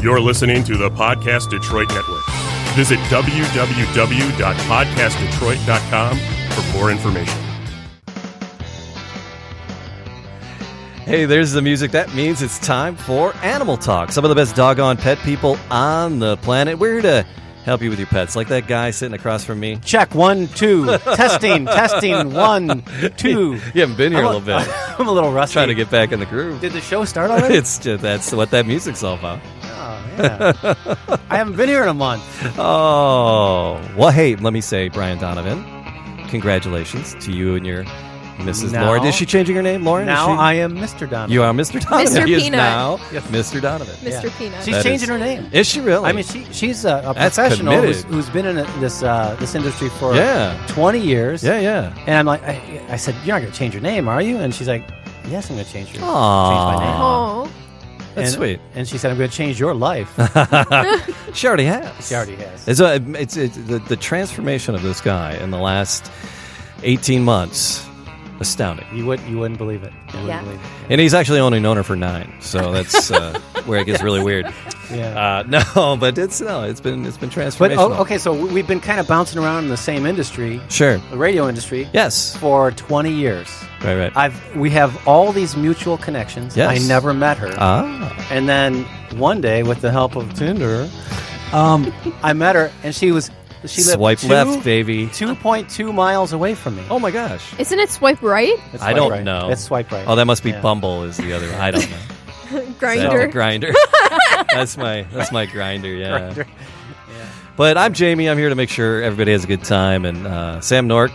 You're listening to the Podcast Detroit Network. Visit www.podcastdetroit.com for more information. Hey, there's the music. That means it's time for Animal Talk. Some of the best doggone pet people on the planet. We're here to help you with your pets, like that guy sitting across from me. Check one, two. testing, testing. One, two. You haven't been here a little bit. I'm a little rusty. Trying to get back in the groove. Did the show start already? It's just, that's what that music's all about. Oh, yeah. I haven't been here in a month. Oh, well, hey, let me say, Brian Donovan, congratulations to you and your Mrs. Now- Lauren. Is she changing her name, Lauren? Is Now she- I am Mr. Donovan. you are Mr. Donovan. Mr. He is Peanut. now Yes. Mr. Donovan. Yeah. Mr. Peanut. She's That changing is- her name. Is she really? I mean, she, she's a, a That's professional who's, committed. who's been in this uh, this industry for Yeah. 20 years. yeah, yeah. And I'm like, I, I said, you're not going to change your name, are you? And she's like, yes, I'm going to change your Aw. change my name. oh, That's and, sweet. And she said, I'm going to change your life. she already has. she already has. It's, a, it's, it's the, the transformation of this guy in the last 18 months, astounding. You, would, you wouldn't believe it. You wouldn't Yeah. believe it. And he's actually only known her for nine, so that's uh, where it gets really weird. Yeah. Uh, no, but it's no, it's been it's been transformational. but, oh, okay, so we- we've been kind of bouncing around in the same industry, sure, the radio industry, yes, for 20 years. right, right. I've We have all these mutual connections. Yes. I never met her. ah, And then one day, with the help of Tinder, um, I met her, and she was she lived swipe two, left, baby. two point two miles away from me. Oh my gosh. isn't it swipe right? That's I swipe don't right. know. That's swipe right. Oh, that must be Yeah. Bumble is the other. one. I don't know. Grinder. grinder. that's my that's my grinder. Yeah. Grindr. But I'm Jamie. I'm here to make sure everybody has a good time. And uh, Sam Nork,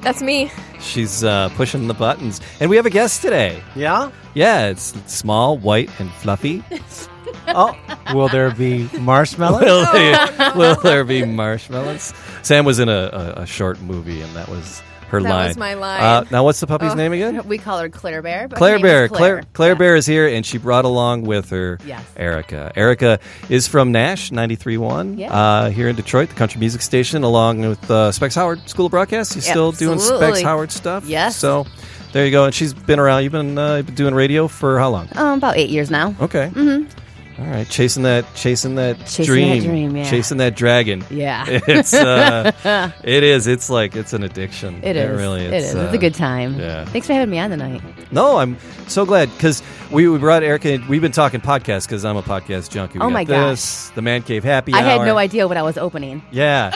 That's me. she's uh, pushing the buttons. And we have a guest today. Yeah. Yeah, it's small, white, and fluffy. Oh, will there be marshmallows? will, there, will there be marshmallows? Sam was in a, a, a short movie, and that was her That line. was my line. Uh, now, what's the puppy's Oh, name again? We call her Claire Bear. But her Claire name is Bear. Claire, Claire Yeah. Bear is here, and she brought along with her Yes. Erica. Erica is from Nash, 93.1, Yeah. uh, here in Detroit, the country music station, along with uh, Specs Howard School of Broadcast. She's still doing Specs Absolutely. Howard stuff. Yes. So there you go. And she's been around. You've been, uh, been doing radio for how long? Um, about eight years now. Okay. Mm-hmm. All right. Chasing that, chasing that Chasing dream. that dream, yeah. Chasing that dragon. Yeah, It's uh, it is. It's like it's an addiction. it is. really. it is. it's uh, a good time. yeah. Thanks for having me on tonight. No, I'm so glad because we, we brought Erica. in. We've been talking podcasts because I'm a podcast junkie. We Oh got my this, the Man Cave Happy I had Hour. no idea what I was opening. Yeah,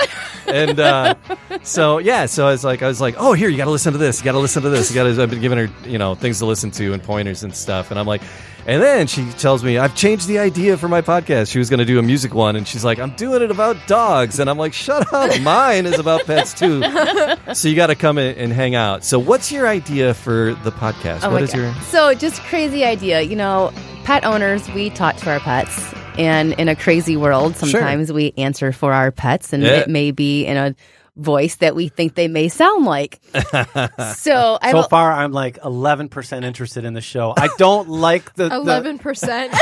and uh, so yeah, so I was like, I was like, oh, here, you got to listen to this. You got to listen to this. You got to. I've been giving her, you know, things to listen to and pointers and stuff. And I'm like, and then she tells me I've changed the idea for my podcast. She was going to do a music one, and she's like, I'm doing it about dogs. And I'm like, shut up, mine is about pets too. so you got to come in and hang out. So what's your idea for the podcast? Oh What my is God. your So just crazy idea. You know, pet owners, we talk to our pets, and in a crazy world, Sure. sometimes we answer for our pets, and Yeah. it may be in a voice that we think they may sound like. so I So will- far, I'm like 11% interested in the show. I don't like the. the- Eleven percent.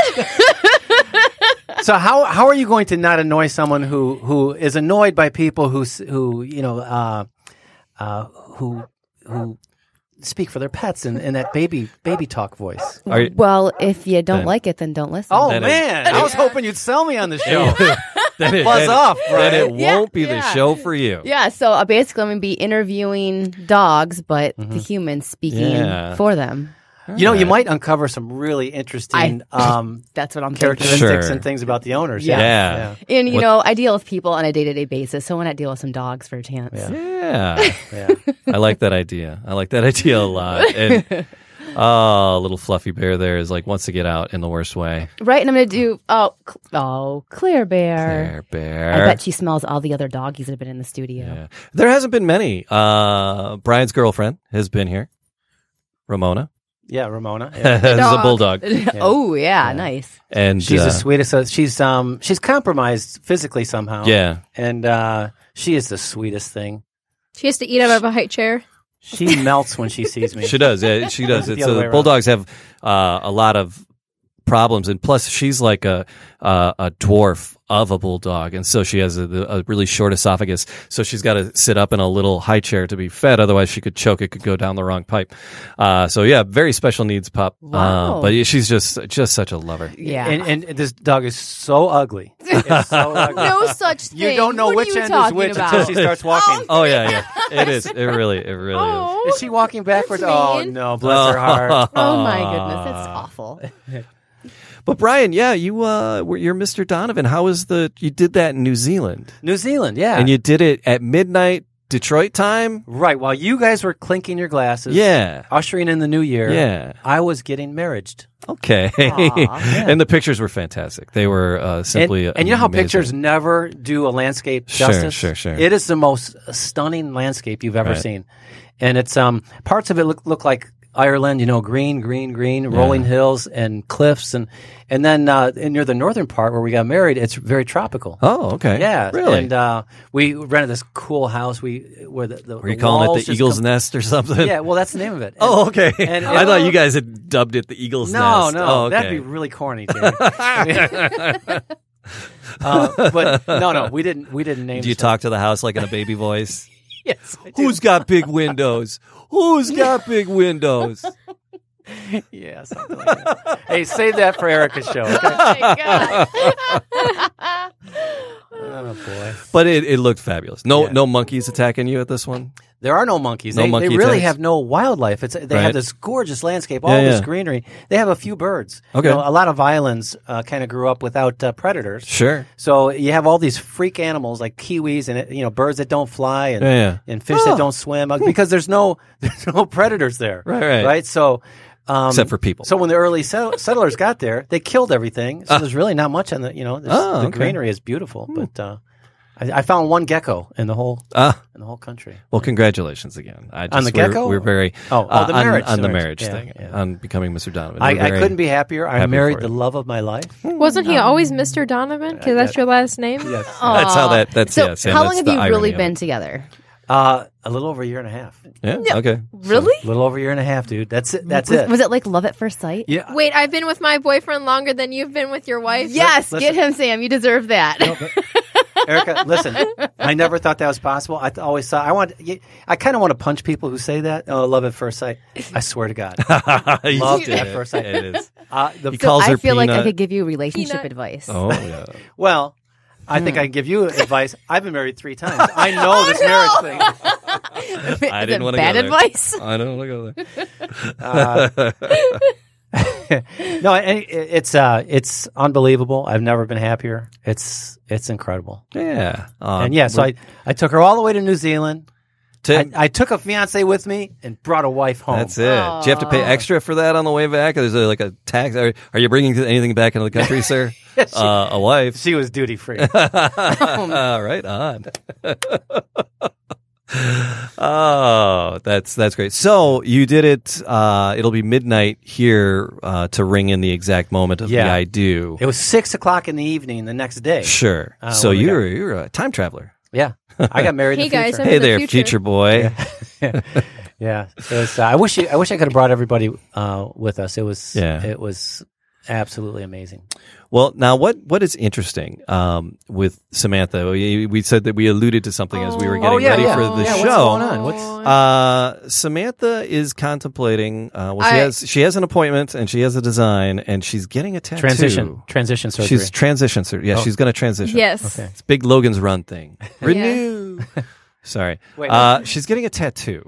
so how how are you going to not annoy someone who who is annoyed by people who s- who you know uh, uh, who who speak for their pets in, in that baby baby talk voice? Are you, well, if you don't Then- like it, then don't listen. Oh That is- man, I was hoping you'd sell me on the show. then it, Buzz then- off, Then it right? won't Yeah, be the yeah. show for you. Yeah, so uh, basically, I'm going to be interviewing dogs, but the humans speaking Mm-hmm. Yeah. for them. You know, you might uncover some really interesting um, That's what I'm thinking. characteristics Sure. and things about the owners. Yeah. Yeah. Yeah. And you What- know, I deal with people on a day to day basis, so why not deal with some dogs for a chance? Yeah. yeah. yeah. I like that idea. I like that idea a lot. And oh, little fluffy bear there is like wants to get out in the worst way. Right? And I'm gonna do oh, cl- oh, Claire Bear. Bear, bear. I bet she smells all the other doggies that have been in the studio. Yeah. There hasn't been many. Uh, Brian's girlfriend has been here. Ramona Yeah, Ramona. Yeah. is a Dog. bulldog, oh yeah, nice. and She's uh, the sweetest. uh, She's um she's compromised physically somehow. yeah. and uh, she is the sweetest thing. she has to eat out of a high chair. She melts when she sees me. She does. Yeah, she does. Is it the It's other way uh, around? bulldogs have uh, a lot of problems. And plus, she's like a a, a dwarf of a bulldog, and so she has a, the- a really short esophagus. So she's got to sit up in a little high chair to be fed. Otherwise, she could choke. It could go down the wrong pipe. Uh, so yeah, very special needs pup. Wow. Uh, but yeah, she's just just such a lover. Yeah. And, and this dog is so ugly. It's so ugly. no such thing. You don't know What are which you end is talking which about? until she starts walking. Oh yeah, yeah. It is. It really. It really is. Oh. Is she walking backwards? That's Oh mean. no, bless her heart. Oh my goodness, that's awful. But Brian, yeah, you uh, were you're Mr. Donovan. How was the? You did that in New Zealand, New Zealand, yeah. and you did it at midnight Detroit time. right, while you guys were clinking your glasses, Yeah, ushering in the new year, yeah. I was getting marriaged. Okay. and the pictures were fantastic. They were uh, simply and, and you know how amazing. pictures never do a landscape Sure, justice. sure, sure. It is the most stunning landscape you've ever seen, and it's um parts of it look look like Ireland. You know, green, green, green, rolling hills and cliffs, and and then uh, and near the northern part where we got married, it's very tropical. Oh, okay. Yeah, really. And uh, we rented this cool house. We where the, the were you calling it the Eagle's Nest? Nest or something? Yeah, well, that's the name of it. Oh, okay. And- I thought you guys had dubbed it the Eagle's No, Nest. no, Oh, okay. that'd be really corny, dude. uh, but no, no, we didn't. We didn't name. Do you stuff. talk to the house like in a baby voice? Yes. I do. Who's got big windows? Who's got big windows? Yeah, something like that. hey, save that for Erica's show. okay? Oh my god. oh boy, But it, it looked fabulous. No Yeah. no monkeys attacking you at this one. there are no monkeys. No they, monkey they really attacks. have no wildlife. It's they Right. have this gorgeous landscape, all Yeah, this yeah. greenery. They have a few birds. You Okay. know, a lot of islands uh, kind of grew up without uh, predators. Sure. So you have all these freak animals like kiwis and you know birds that don't fly and Yeah, yeah. and fish that don't swim uh, because there's no there's no predators there. Right, right. So um, Except for people. So when the early settle- settlers got there, they killed everything. So there's really not much on the you know there's- Oh, the okay. Hmm. greenery is beautiful, but uh, I, I found one gecko in the whole Ah. in the whole country. Well, congratulations again. I just, On the we're- gecko? We're, very Oh, oh, uh, the on- marriage, on, the the marriage marriage. Yeah, thing yeah. on becoming Mr. Donovan. I, We're I very- couldn't be happier. I happy married for the you. love of my life. Wasn't he always Mr. Donovan? Because that's your last name. Yes, That's how that. That's so yes. yeah, how that's long have the you irony really of been it. together? uh, a little over a year and a half. Yeah. Okay. Really? A little over a year and a half, dude. That's it. That's was, it. was it like love at first sight? yeah. Wait, I've been with my boyfriend longer than you've been with your wife. Yes, Listen. get him, Sam. You deserve that. Erica, listen. I never thought that was possible. I th- always thought I want. I kind of want to punch people who say that. Oh, love at first sight. I swear to God. He Loved did it at first sight. It is. Uh, the, He calls I her feel like I peanut. could give you relationship Peanut. advice. Oh yeah. well, I think Hmm. I can give you advice. I've been married three times. I Oh, know this marriage thing. I didn't want to go bad there. advice. I don't want to go there. No, and it, it's uh, it's unbelievable. I've never been happier. It's it's incredible. Yeah. Um, And yeah, so I, I took her all the way to New Zealand. to- I, Oh. I took a fiance with me and brought a wife home. that's it. Do you have to pay extra for that on the way back? Or is there like a tax? Are, are you bringing anything back into the country, sir? uh, a wife. She was duty free. All right, on. oh, that's that's great. So you did it. Uh, it'll be midnight here uh, to ring in the exact moment of the Yeah. I do. it was six o'clock in the evening the next day. Sure. Uh, so what do we you're you're a time traveler. Yeah, I got married. Hey, in the guys, future. I'm- Hey in the there, future. future boy. Yeah, it was, uh, I wish you, I wish I could have brought everybody uh, with us. It was Yeah. it was absolutely amazing. Well, now what what is interesting um, with Samantha? We, we said that we alluded to something as we were getting Oh, yeah, ready yeah. for the Yeah, show. what's going on? What's- Uh, Samantha is contemplating. Uh, well, she I- has she has an appointment and she has a design and she's getting a tattoo. Transition transition surgery. Oh. She's transition surgery. Yeah, she's going to transition. Yes. Okay. It's big Logan's Run thing. Renew. Sorry. Wait, uh, she's getting a tattoo.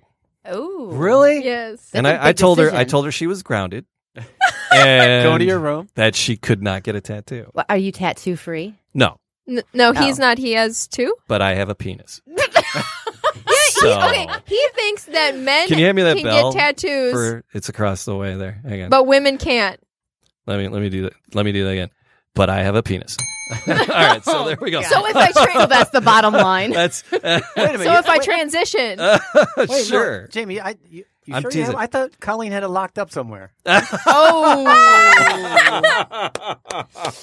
Oh, really? Yes. and a I, I big told her I decision. told her she was grounded. and Go to your room. that she could not get a tattoo. Well, Are you tattoo free? No, N- no, he's Oh. not. He has two. but I have a penis. so, Okay, he thinks that men Can you hand me that can bell get tattoos, for- it's across the way there. Hang on. but women can't. let me let me do that. Let me do that again. But I have a penis. All right, so there we go. So if I So tra- that's the bottom line. That's Wait a minute. so you- if I wait- Uh, transition, wait, no, sure. Jamie, I you, You I'm sure you teasing. have- I thought Colleen had it locked up somewhere. Oh,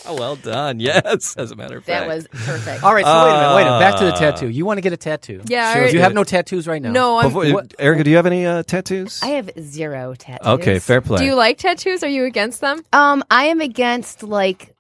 Oh, well done. Yes, as a matter of fact. that was perfect. All right, so wait a minute. Wait a minute. Back to the Uh, tattoo. You want to get a tattoo? Yeah, I Sure. already- You have no tattoos right now. no, I'm. Before- Erica, do you have any uh, tattoos? I have zero tattoos. okay, fair play. do you like tattoos? Are you against them? Um, I am against like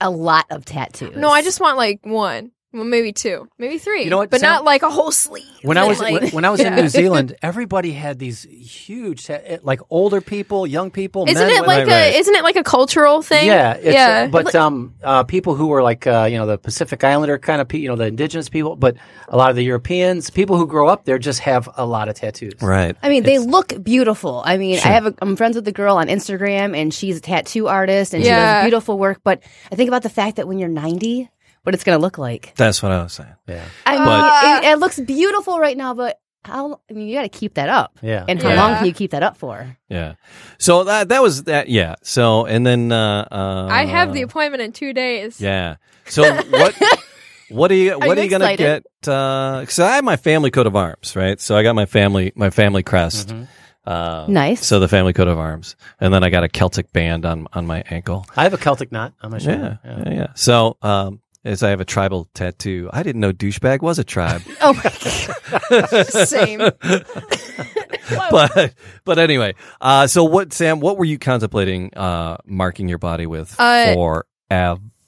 a lot of tattoos. No, I just want like one, well, maybe two, maybe three. You know what, But Sam- not like a whole sleeve. When I was like, when, when I was in Yeah. New Zealand, everybody had these huge, ta- eh, like older people, young people. isn't men, it like Right, right. a isn't it like a cultural thing? Yeah, it's, yeah. But um, uh, people who were like uh, you know the Pacific Islander kind of pe- you know the indigenous people, but a lot of the Europeans, people who grow up there, just have a lot of tattoos. right. I mean, they look beautiful. I mean, I have a, I'm friends with a girl on Instagram, and she's a tattoo artist, and she Yeah. does beautiful work. But I think about the fact that when you're 90, what it's going to look like. That's what I was saying. I mean, But- it, it looks beautiful right now, but how? I mean, you got to keep that up. Yeah. And how Yeah. long can you keep that up for? Yeah. So that that was that. Yeah. So and then uh, uh, I have the appointment in two days. Yeah. So what? What are you? What are you, you gonna get? excited? Because I have my family coat of arms, right? So I got my family my family crest. Uh, Nice. So the family coat of arms, and then I got a Celtic band on on my ankle. I have a Celtic knot on my Yeah, shoulder. yeah. yeah, So um, as I have a tribal tattoo, I didn't know douchebag was a tribe, Oh my god! Same. but but anyway. Uh, so what, Sam? What were you contemplating uh, marking your body with Uh,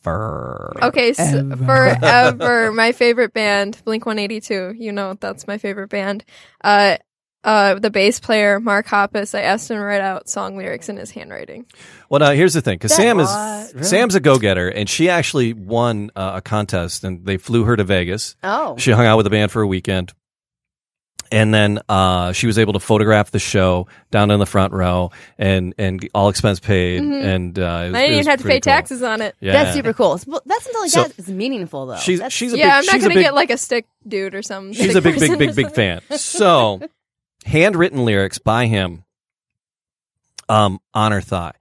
forever? Okay, so forever. My favorite band, Blink 182. You know, that's my favorite band. Uh, uh, the bass player, Mark Hoppus, I asked him to write out song lyrics in his handwriting. Well, now here's the thing, because Sam is What? Really? Sam's a go-getter, and she actually won uh, a contest, and they flew her to Vegas. Oh, She hung out with the band for a weekend, and then uh, she was able to photograph the show down in the front row, and and all expense paid, and uh, it was- Mm-hmm. I it didn't was even have to pretty pay cool. taxes on it. Yeah, that's super cool. Well, that's something like So- that is meaningful though. She's That's- she's a Yeah, big, I'm not she's going a to big, get like a stick dude or something. she's a big big big big fan. So handwritten lyrics by him, um, on her thigh.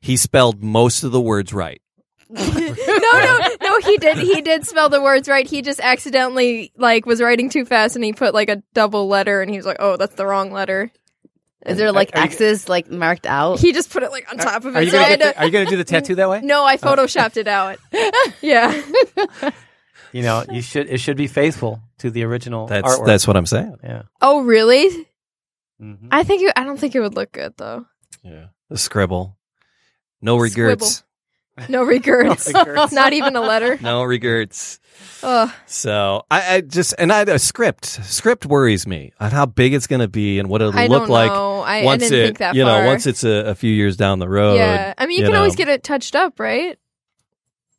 He spelled most of the words right. no, no, no. He did. He did spell the words right. He just accidentally like was writing too fast, and he put like a double letter, and he was like, "Oh, that's the wrong letter." is there like X's like marked out? He just put it like on top of it. Are you so I gonna had get to- the- are you gonna do the tattoo that way? no, Oh. I photoshopped it out. Yeah. You know, you should it should be faithful to the original That's artwork. that's what I'm saying. yeah. Oh, really? Mhm. I think it, I don't think it would look good though. Yeah. The scribble. No regrets. No regrets. regrets. Not even a letter. No regrets. Ugh. So I, I just and I a script script worries me on how big it's going to be and what it'll I look don't like know. I, I once didn't it think that you far. know once it's a, a few years down the road. yeah. I mean, you, can know. always get it touched up, right?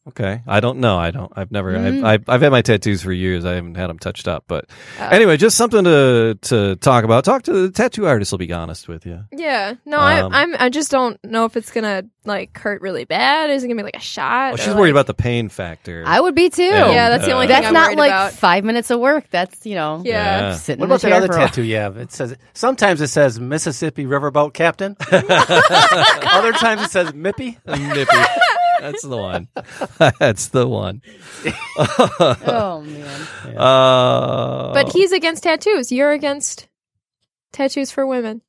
Okay, I don't know. I don't. I've never. Mm-hmm. Mhm. I've, I've I've had my tattoos for years. I haven't had them touched up. But Oh. anyway, just something to to talk about. Talk to the tattoo artist. Will be honest with you. Yeah. No, Um, I, I'm. I just don't know if it's gonna like hurt really bad. Is it gonna be like a shot? Well, or, Oh, she's like- worried about the pain factor. I would be too. Yeah, that's the only thing That's I'm not worried like about. five minutes of work. That's you know, Yeah. Yeah. sitting What in the about that chair other for a while. tattoo you have? It says sometimes it says Mississippi Riverboat Captain. other times it says Mippy. Nippy. That's the one. That's the one. Oh man. Uh, But he's against tattoos. You're against tattoos for women.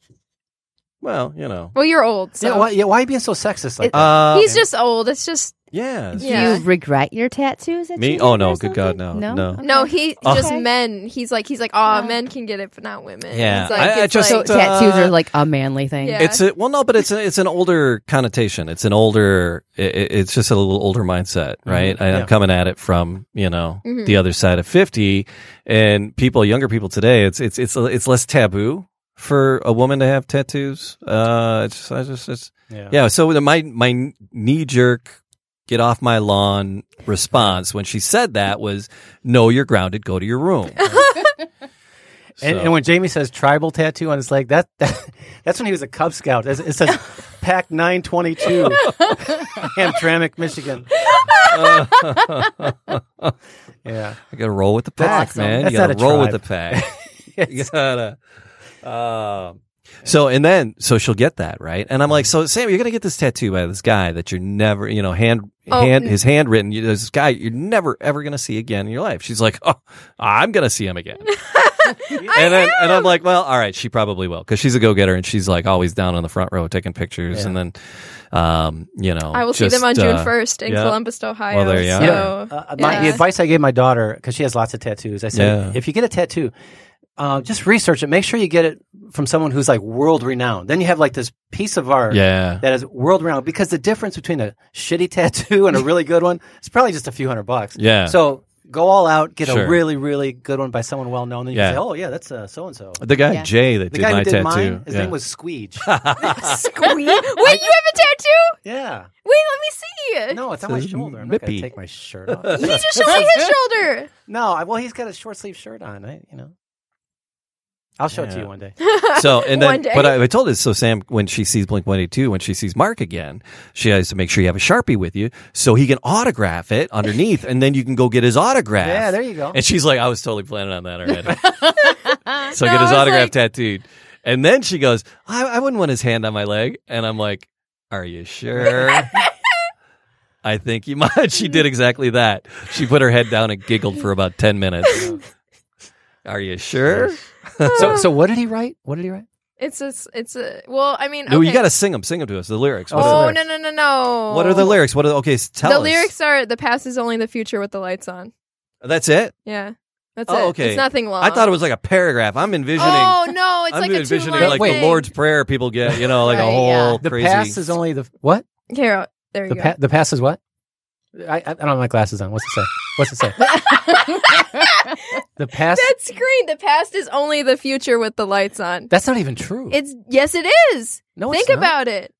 well, you know. Well, you're old. So. Yeah, why, yeah, why are you being so sexist like that? Uh, He's just old. It's just yeah. Do Yeah. you regret your tattoos? That Me? you Oh, did no. or Good God, something? no. No. no. He Oh. just Okay. men. He's like he's like oh, Oh. men can get it, but not women. Yeah. It's like, I- I it's just- So like, Uh, tattoos are like a manly thing. Yeah. It's a, well, no, but it's a, it's an older connotation. It's an older. It, it- it's just a little older mindset, right? Mhm. And Yeah. I'm coming at it from you know Mhm. the other side of fifty, and people, younger people today, it's it's it's it's less taboo for a woman to have tattoos. Uh, it's just, I just it's yeah. So the, my my knee jerk. Get off my lawn! Response when she said that was, "No, you're grounded. Go to your room." And, So- and when Jamie says tribal tattoo on his leg, that, that that's when he was a Cub Scout. It it says Pack 922, Hamtramck, Michigan. yeah. I gotta roll with the pack, Awesome. man. That's you gotta not a roll with the tribe. pack. You gotta. Um, so and then so she'll get that right, and I'm like, so Sam, you're gonna get this tattoo by this guy that you're never, you know, hand Oh, hand n- his handwritten. You, there's this guy you're never ever gonna see again in your life. She's like, oh, I'm gonna see him again. and then, and I'm like, well, all right, she probably will because she's a go getter and she's like always down on the front row taking pictures. Yeah. And then, um, you know, I will see them just, on June uh, 1st in yeah. Columbus, Ohio. Well, there you are. so, Uh, my, The yeah. advice I gave my daughter because she has lots of tattoos. I said, Yeah. if you get a tattoo, uh, just research it. Make sure you get it from someone who's like world renowned. Then you have like this piece of art Yeah. that is world renowned because the difference between a shitty tattoo and a really good one is probably just a few hundred bucks. Yeah. So go all out, get a Sure. really, really good one by someone well known. Then you Yeah. can say, oh, yeah, that's so and so. The guy Yeah. Jay that The did guy my who did tattoo. mine, his yeah. name was Squeege. Squeak. Wait, you have a tattoo? yeah. Wait, let me see. No, it's on my It's a shoulder. I'm not going mippy. to take my shirt off. He just showed me his shoulder. No, I, well, he's got a short sleeve shirt on. I, you know, I'll show it to Yeah. you one day. so and then One day. but I, I told this so Sam when she sees Blink One Eighty Two when she sees Mark again she has to make sure you have a sharpie with you so he can autograph it underneath and then you can go get his autograph. Yeah, there you go. And she's like, I was totally planning on that already. so No, get I his was autograph like- tattooed, and then she goes, I, I wouldn't want his hand on my leg, and I'm like, Are you sure? I think you might. She did exactly that. She put her head down and giggled for about ten minutes. Are you sure? so, so what did he write? What did he write? uh, It's a, it's a, well, I mean, okay. No, you got to sing them. Sing them to us. The lyrics. What, Oh, are, no, no, no, no. what are the lyrics? What are okay? s- Tell Oh. the us. lyrics are the past is only the future with the lights on. That's it. Yeah. That's Oh, it. okay. It's nothing long. I thought it was like a paragraph. I'm envisioning. Oh, no. It's I'm like a two envisioning line like Wait. the Lord's prayer. People get you know like a Right, whole yeah. The crazy. past is only the what? Here, there you The go. pa- the past is what? I, I I don't have my glasses on. What's it say? What's it say? the past. that screen. The past is only the future with the lights on. That's not even true. It's yes, it is. no, Think it's not. about it.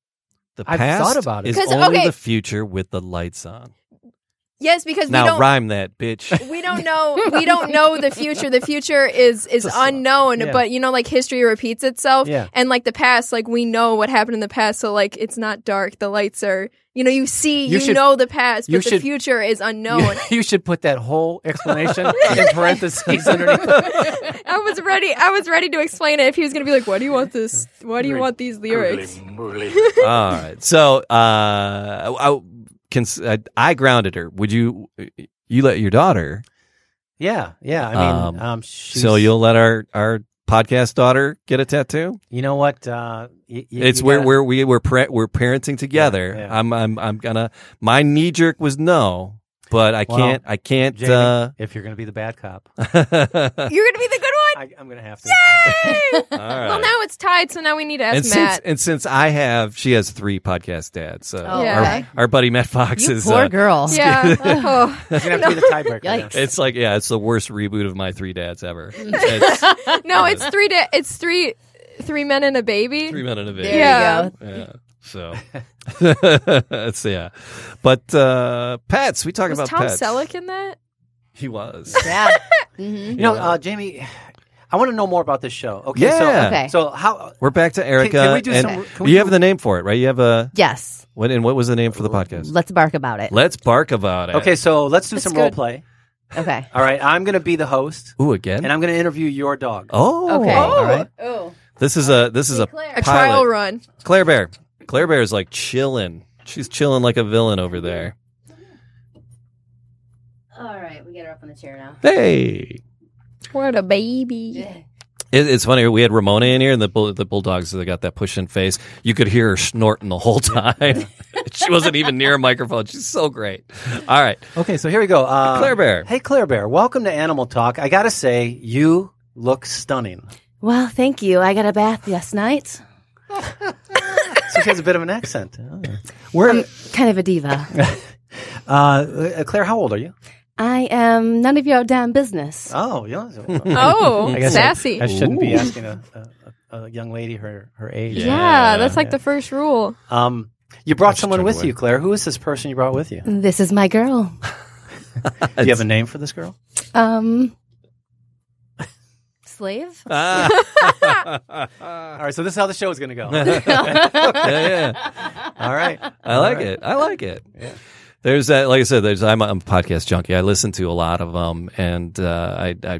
the I've past thought about it. is 'Cause, only okay. the future with the lights on. Yes, because we Now don't. rhyme that, bitch. We don't know. We don't know the future. The future is is It's a- unknown. yeah. But you know, like history repeats itself, Yeah. and like the past, like we know what happened in the past. So like it's not dark. The lights are. You know, you see, You you, should- know the past, you but the should- future is unknown. You, you should put that whole explanation in parentheses underneath. I was ready. I was ready to explain it if he was going to be like, "Why do you want this? Why do you want these lyrics?" All right. So uh, I, can, I, I grounded her. Would you? You let your daughter. Yeah, yeah. I mean, um, Um, she's- so you'll let our our podcast daughter get a tattoo. You know what? Uh, y- y- It's you where gotta- we're we, we're pre- we're parenting together. Yeah, yeah. I'm I'm I'm gonna. My knee jerk was no, but I Well, can't I can't. Jamie, uh, if you're going to be the bad cop, all You're going to be the good I, I'm going to have to. one. Yay! Well, right. now it's tied, so now we need to ask and Matt. since and since I have, she has three podcast dads. So Oh, Yeah. okay. our, our buddy Matt Fox You is. poor uh, girl. yeah. Oh. It's going to have to be the tiebreaker. now. Yikes. it's like yeah, it's the worst reboot of my three dads ever. It's No, it's three. Da- it's three. Three men and a baby. three minute video. There Yeah. you go. Yeah. So it's yeah, but uh, pets. We talk was about Tom pets. Selleck in that? He was. Yeah. Mm-hmm. You know, uh, Jamie, I want to know more about this show. Okay, Yeah. so Okay. So how? We're back to Erica. can we do and some- can we you do- have the name for it, right? You have a Yes. what? And what was the name for the podcast? Let's bark about it. Let's bark about it. Okay, so let's do That's some role good. play. Okay. All right, I'm going to be the host, Ooh, again. and I'm going to interview your dog. oh. Okay. All right. Oh. This is a this is a Claire. A pilot. trial run. Claire Bear. Claire Bear is like chilling. She's chilling like a villain over there. All right. We get her up on the chair now. Hey. What a baby. It, it's funny. We had Ramona in here, and the bull, the bulldogs they got that push in face. You could hear her snorting the whole time. she wasn't even near a microphone. She's so great. All right, Okay, so here we go. Uh, Claire Bear. Hey, Claire Bear, welcome to Animal Talk. I got to say, you look stunning. Well, thank you. I got a bath last night. So she has a bit of an accent. Where, Kind of a diva. uh, uh, Claire, how old are you? I am none of your damn business. Oh, yeah. Oh, I guess I- sassy. I, shouldn't be Ooh. asking a, a, a- a young lady her, her age. yeah, Yeah. that's like the first rule. Um, you brought someone turned with away. you, Claire. Who is this person you brought with you? This is my girl. Do you have a name for this girl? Um. Slave? Ah, All right, so this is how the show is going to go. Yeah, yeah. All right. I like it. I like it. There's that, like I said, there's I'm a, I'm a podcast junkie. I listen to a lot of them, and uh, I, I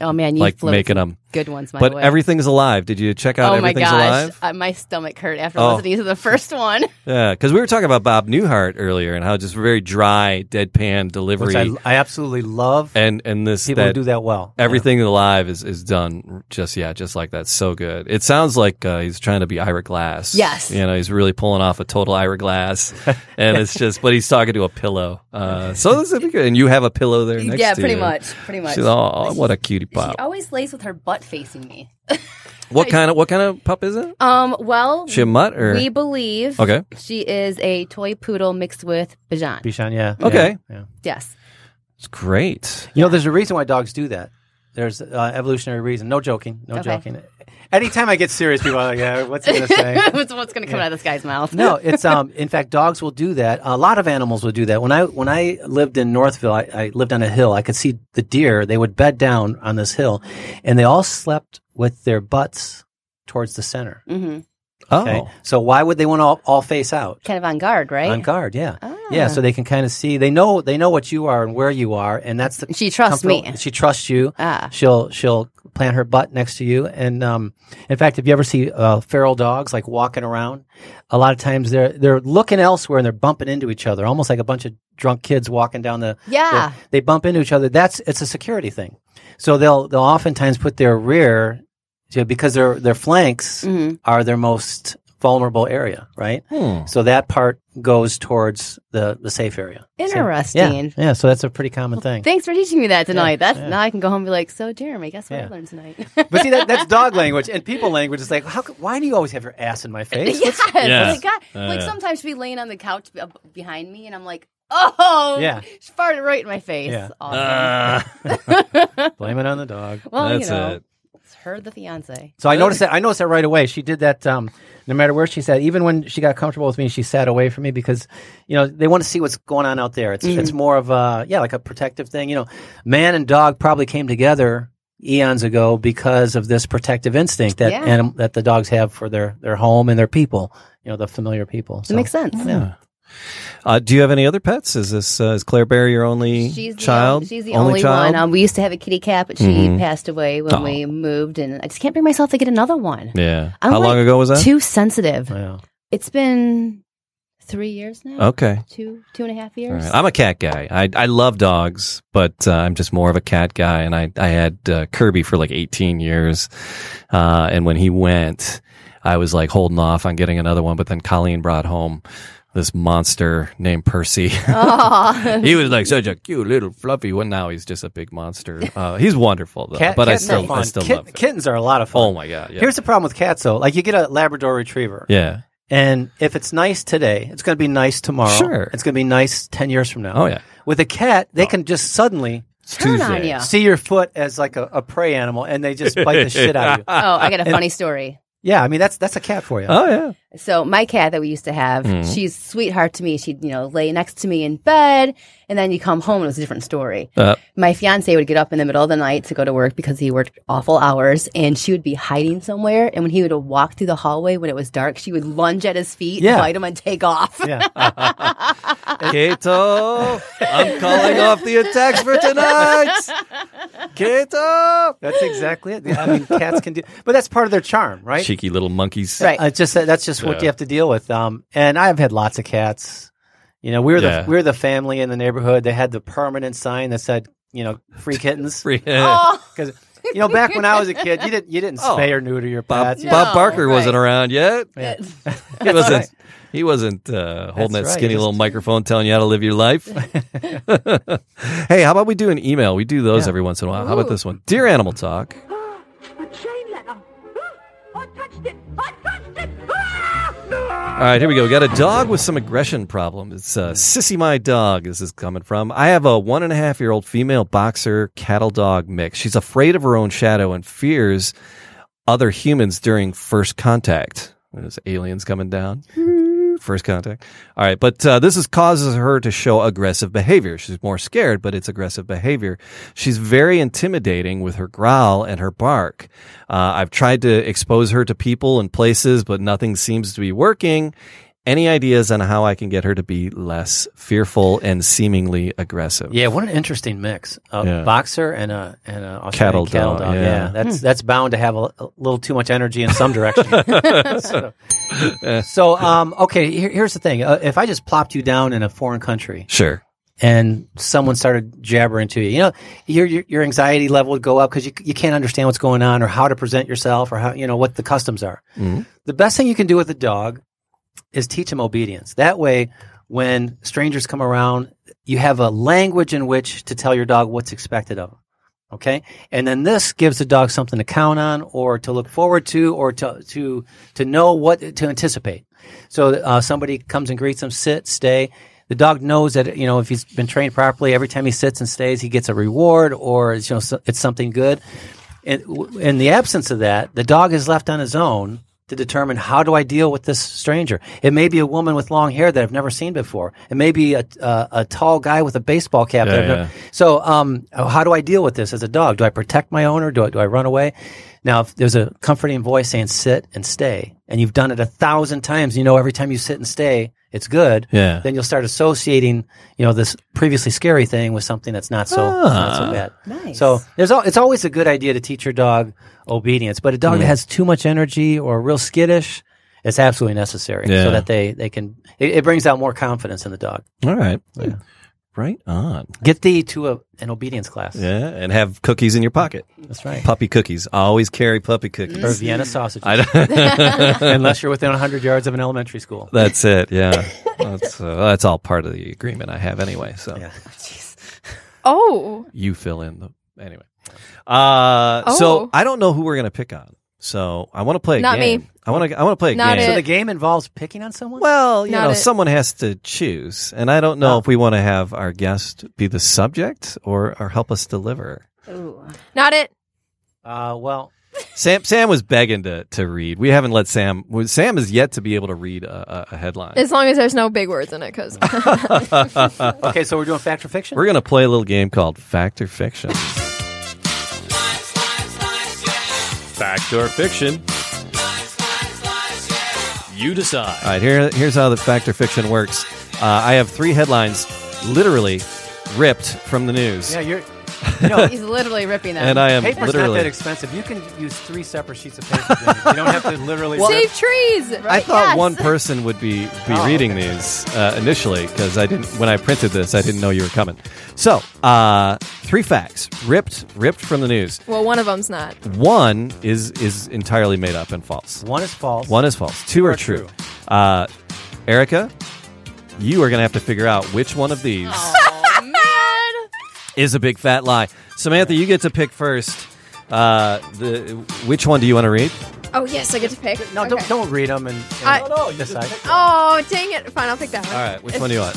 Oh man, you like float. making them. good ones my but way. everything's alive. Did you check out oh my everything's gosh, alive? Uh, my stomach hurt after Oh. listening to the first one. Yeah, because we were talking about Bob Newhart earlier and how just very dry, deadpan delivery, which I, I absolutely love. and and this People who that do that well. everything alive is is done just yeah, just like that. So good. It sounds like uh, he's trying to be Ira Glass. Yes. you know he's really pulling off a total Ira Glass, and it's just but he's talking to a pillow. Uh, so this would be good. And you have a pillow there next yeah, to pretty you. much, pretty much. She's oh, what a cutie She pop. always lays with her butt facing me. What kind of what kind of pup is it? Um, well, She a mutt or we believe Okay. she is a toy poodle mixed with Bichon. Bishan, yeah. Okay. Yeah, yeah. Yes. It's great. You know, there's a reason why dogs do that. There's uh, evolutionary reason. No joking. No Okay. joking. Anytime I get serious, people are like, yeah, what's he going to say? What's what's going to come out of this guy's mouth? no, it's um. In fact, dogs will do that. A lot of animals will do that. When I when I lived in Northville, I, I lived on a hill. I could see the deer. They would bed down on this hill, and they all slept with their butts towards the center. hmm Oh, Okay, so why would they want to all, all face out? Kind of on guard, right? On guard, yeah, Ah. yeah. So they can kind of see. They know they know what you are and where you are, and that's the She trusts comfortable- me. She trusts you. Ah. She'll she'll plant her butt next to you. And um, in fact, if you ever see uh, feral dogs like walking around, a lot of times they're they're looking elsewhere and they're bumping into each other, almost like a bunch of drunk kids walking down the. Yeah. the- they bump into each other. That's it's a security thing. So they'll they'll oftentimes put their rear, to, because their their flanks Mhm. are their most vulnerable area, right? Hmm. So that part goes towards the the safe area. Interesting. Yeah, yeah. So that's a pretty common thing. Thanks for teaching me that tonight. That's yeah. now I can go home and be like, so Jeremy, guess what I Yeah. learned tonight? But see, that, that's dog language and people language. is like, how, c- why do you always have your ass in my face? yes. Yeah. Like, God, Uh, like yeah. sometimes she'd be laying on the couch be- behind me, and I'm like, oh, Yeah. she farted right in my face. Yeah. Awesome. Blame it on the dog. well, Ah, that's you know, it. it's her, the fiance. So I noticed that. I noticed that right away. She did that. Um, no matter where she sat, even when she got comfortable with me, she sat away from me because, you know, they want to see what's going on out there. It's Mm-hmm. it's more of a yeah, like a protective thing. You know, man and dog probably came together eons ago because of this protective instinct that Yeah. anim- that the dogs have for their their home and their people. You know, the familiar people. It So. makes sense. Uh, do you have any other pets? Is this uh, is Claire Bear your only She's the child? only, she's the only, child? one. Um, we used to have a kitty cat, but she Mhm. passed away when Aw. we moved, and I just can't bring myself to get another one. yeah. I'm How long like ago was that? Too sensitive. Yeah. It's been three years now. Okay. Two two and a half All years. right. I'm a cat guy. I, I love dogs, but uh, I'm just more of a cat guy. And I, I had uh, Kirby for like 18 years. Uh, and when he went, I was like holding off on getting another one. But then Colleen brought home this monster named Percy. Aw. he was like such a cute little fluffy one. Now he's just a big monster. Uh, he's wonderful, though. Cat, but I cats are still, fun. I still Kit- love him. kittens are a lot of fun. Oh, my God. Yeah. Here's the problem with cats, though. Like you get a Labrador Retriever, yeah. and if it's nice today, it's going to be nice tomorrow. Sure. it's going to be nice ten years from now. Oh, yeah. Oh. With a cat, they can just suddenly Turn on Tuesday. you. see your foot as like a, a prey animal, and they just bite the shit out of you. Oh, I got a funny story. Yeah, I mean that's that's a cat for you. Oh, yeah. So my cat that we used to have, Mhm. she's sweetheart to me. She'd you know lay next to me in bed, and then you come home and it was a different story. Uh, My fiance would get up in the middle of the night to go to work because he worked awful hours, and she would be hiding somewhere. And when he would walk through the hallway when it was dark, she would lunge at his feet, Yeah. bite him, and take off. Yeah, Kato, I'm calling off the attacks for tonight. Kato. that's exactly it. I mean, cats can do, but that's part of their charm, right? Cheeky little monkeys. Right. It's just that- that's just what Yeah. you have to deal with. Um, and I've had lots of cats. You know, we were Yeah. the we were the family in the neighborhood. They had the permanent sign that said, you know, free kittens. Free- Oh, Because you know, back when I was a kid, you didn't you didn't Oh. spay or neuter your Bob, pets. No, Bob Barker right. wasn't around yet. Yeah. He wasn't. right. He wasn't uh, holding That's that right. skinny He little microphone telling you how to live your life. hey, how about we do an email? We do those Yeah. every once in a while. How about this one? Dear Animal Talk. A chain letter. I touched it. I touched it. Ah! All right, here we go. We got a dog with some aggression problem. It's uh, Sissy My Dog, this is coming from. I have a one and a half year old female boxer cattle dog mix. She's afraid of her own shadow and fears other humans during first contact. There's aliens coming down. First contact. All right, but uh, this is causes her to show aggressive behavior. She's more scared, but it's aggressive behavior. She's very intimidating with her growl and her bark. Uh, I've tried to expose her to people and places, but nothing seems to be working. Any ideas on how I can get her to be less fearful and seemingly aggressive? Yeah, what an interesting mix. A Yeah. boxer and a and a Australian Cattle cattle, dog, dog. Yeah, yeah. that's that's bound to have a, a little too much energy in some direction. so, so, um, okay, here, here's the thing. Uh, if I just plopped you down in a foreign country Sure. and someone started jabbering to you, you know, your your, your anxiety level would go up because you you can't understand what's going on or how to present yourself or how you know what the customs are. Mhm. The best thing you can do with a dog is teach him obedience. That way, when strangers come around, you have a language in which to tell your dog what's expected of him. Okay, and then this gives the dog something to count on, or to look forward to, or to to to know what to anticipate. So uh, somebody comes and greets him, sit, stay. The dog knows that you know if he's been trained properly, every time he sits and stays, he gets a reward, or it's, you know so- it's something good. And w- in the absence of that, the dog is left on his own to determine how do I deal with this stranger. It may be a woman with long hair that I've never seen before. It may be a a, a tall guy with a baseball cap. that Yeah, I've never- yeah. So, um, how do I deal with this as a dog? Do I protect my owner? Do I, do I run away? Now, if there's a comforting voice saying sit and stay, and you've done it a thousand times, you know every time you sit and stay, it's good. Yeah. Then you'll start associating, you know, this previously scary thing with something that's not so not Ah. so bad. Nice. So there's al- it's always a good idea to teach your dog obedience, but a dog that Mm. has too much energy or real skittish, it's absolutely necessary Yeah. so that they they can. It, it brings out more confidence in the dog. All right. Right on. Get thee to a, an obedience class. Yeah, and have cookies in your pocket. That's right. Puppy cookies. Always carry puppy cookies. or Vienna sausages, I don't- unless you're within 100 yards of an elementary school. that's it. Yeah, that's uh, that's all part of the agreement I have anyway. So Yeah. Oh, you fill in the anyway. Uh, Oh. So I don't know who we're gonna pick on. So I want to play. A Not game. me. I want to. I want to play a Not game. it. So the game involves picking on someone. Well, you Not know, it. Oh. someone has to choose, and I don't know if we want to have our guest be the subject or or help us deliver. Ooh. not it. Uh, well, Sam Sam was begging to to read. We haven't let Sam. Sam is yet to be able to read a, a- a headline. As long as there's no big words in it, because okay. So we're doing fact or fiction. We're gonna play a little game called Fact or Fiction. Fact or fiction? You decide. All right, here, here's how the fact or fiction works. Uh, I have three headlines, literally ripped from the news, yeah, you're. You know, He's literally ripping them. and I am paper's not that literally. expensive. You can use three separate sheets of paper. Jenny. you don't have to literally. save trees. I thought Yes. one person would be be Oh, reading okay. these uh, initially because I didn't. When I printed this, I didn't know you were coming. So, uh, three facts ripped ripped from the news. Well, one of them's not. One is is entirely made up and false. One is false. One is false. Two are true. Uh, Erica, you are going to have to figure out which one of these Oh man! is a big fat lie. Samantha, you get to pick first. Uh, the which one do you want to read? Oh yes, I get to pick. No, Okay. don't don't read them and, and I- No, decide. Oh dang it! Fine, I'll pick that one. All right, which one do you want?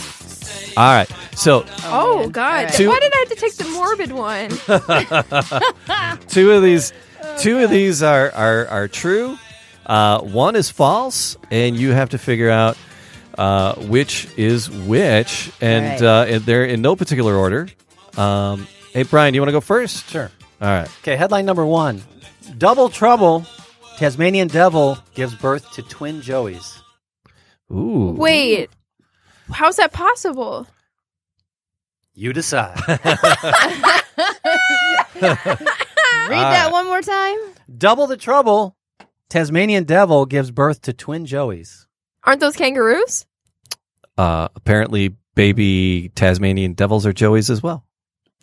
All right, so Oh man. god! All right. Two- Why did I have to take the morbid one? two of these, two of these are are, are true. Uh, one is false, and you have to figure out uh, which is which, and All uh, and they're in no particular order. Um, hey, Brian, do you want to go first? Sure. All right. Okay. Headline number one: Double trouble. Tasmanian devil gives birth to twin Joeys. Ooh. Wait, how's that possible? You decide. Read that one more time. Double the trouble. Tasmanian devil gives birth to twin Joeys. Aren't those kangaroos? Uh, apparently, baby Tasmanian devils are Joeys as well.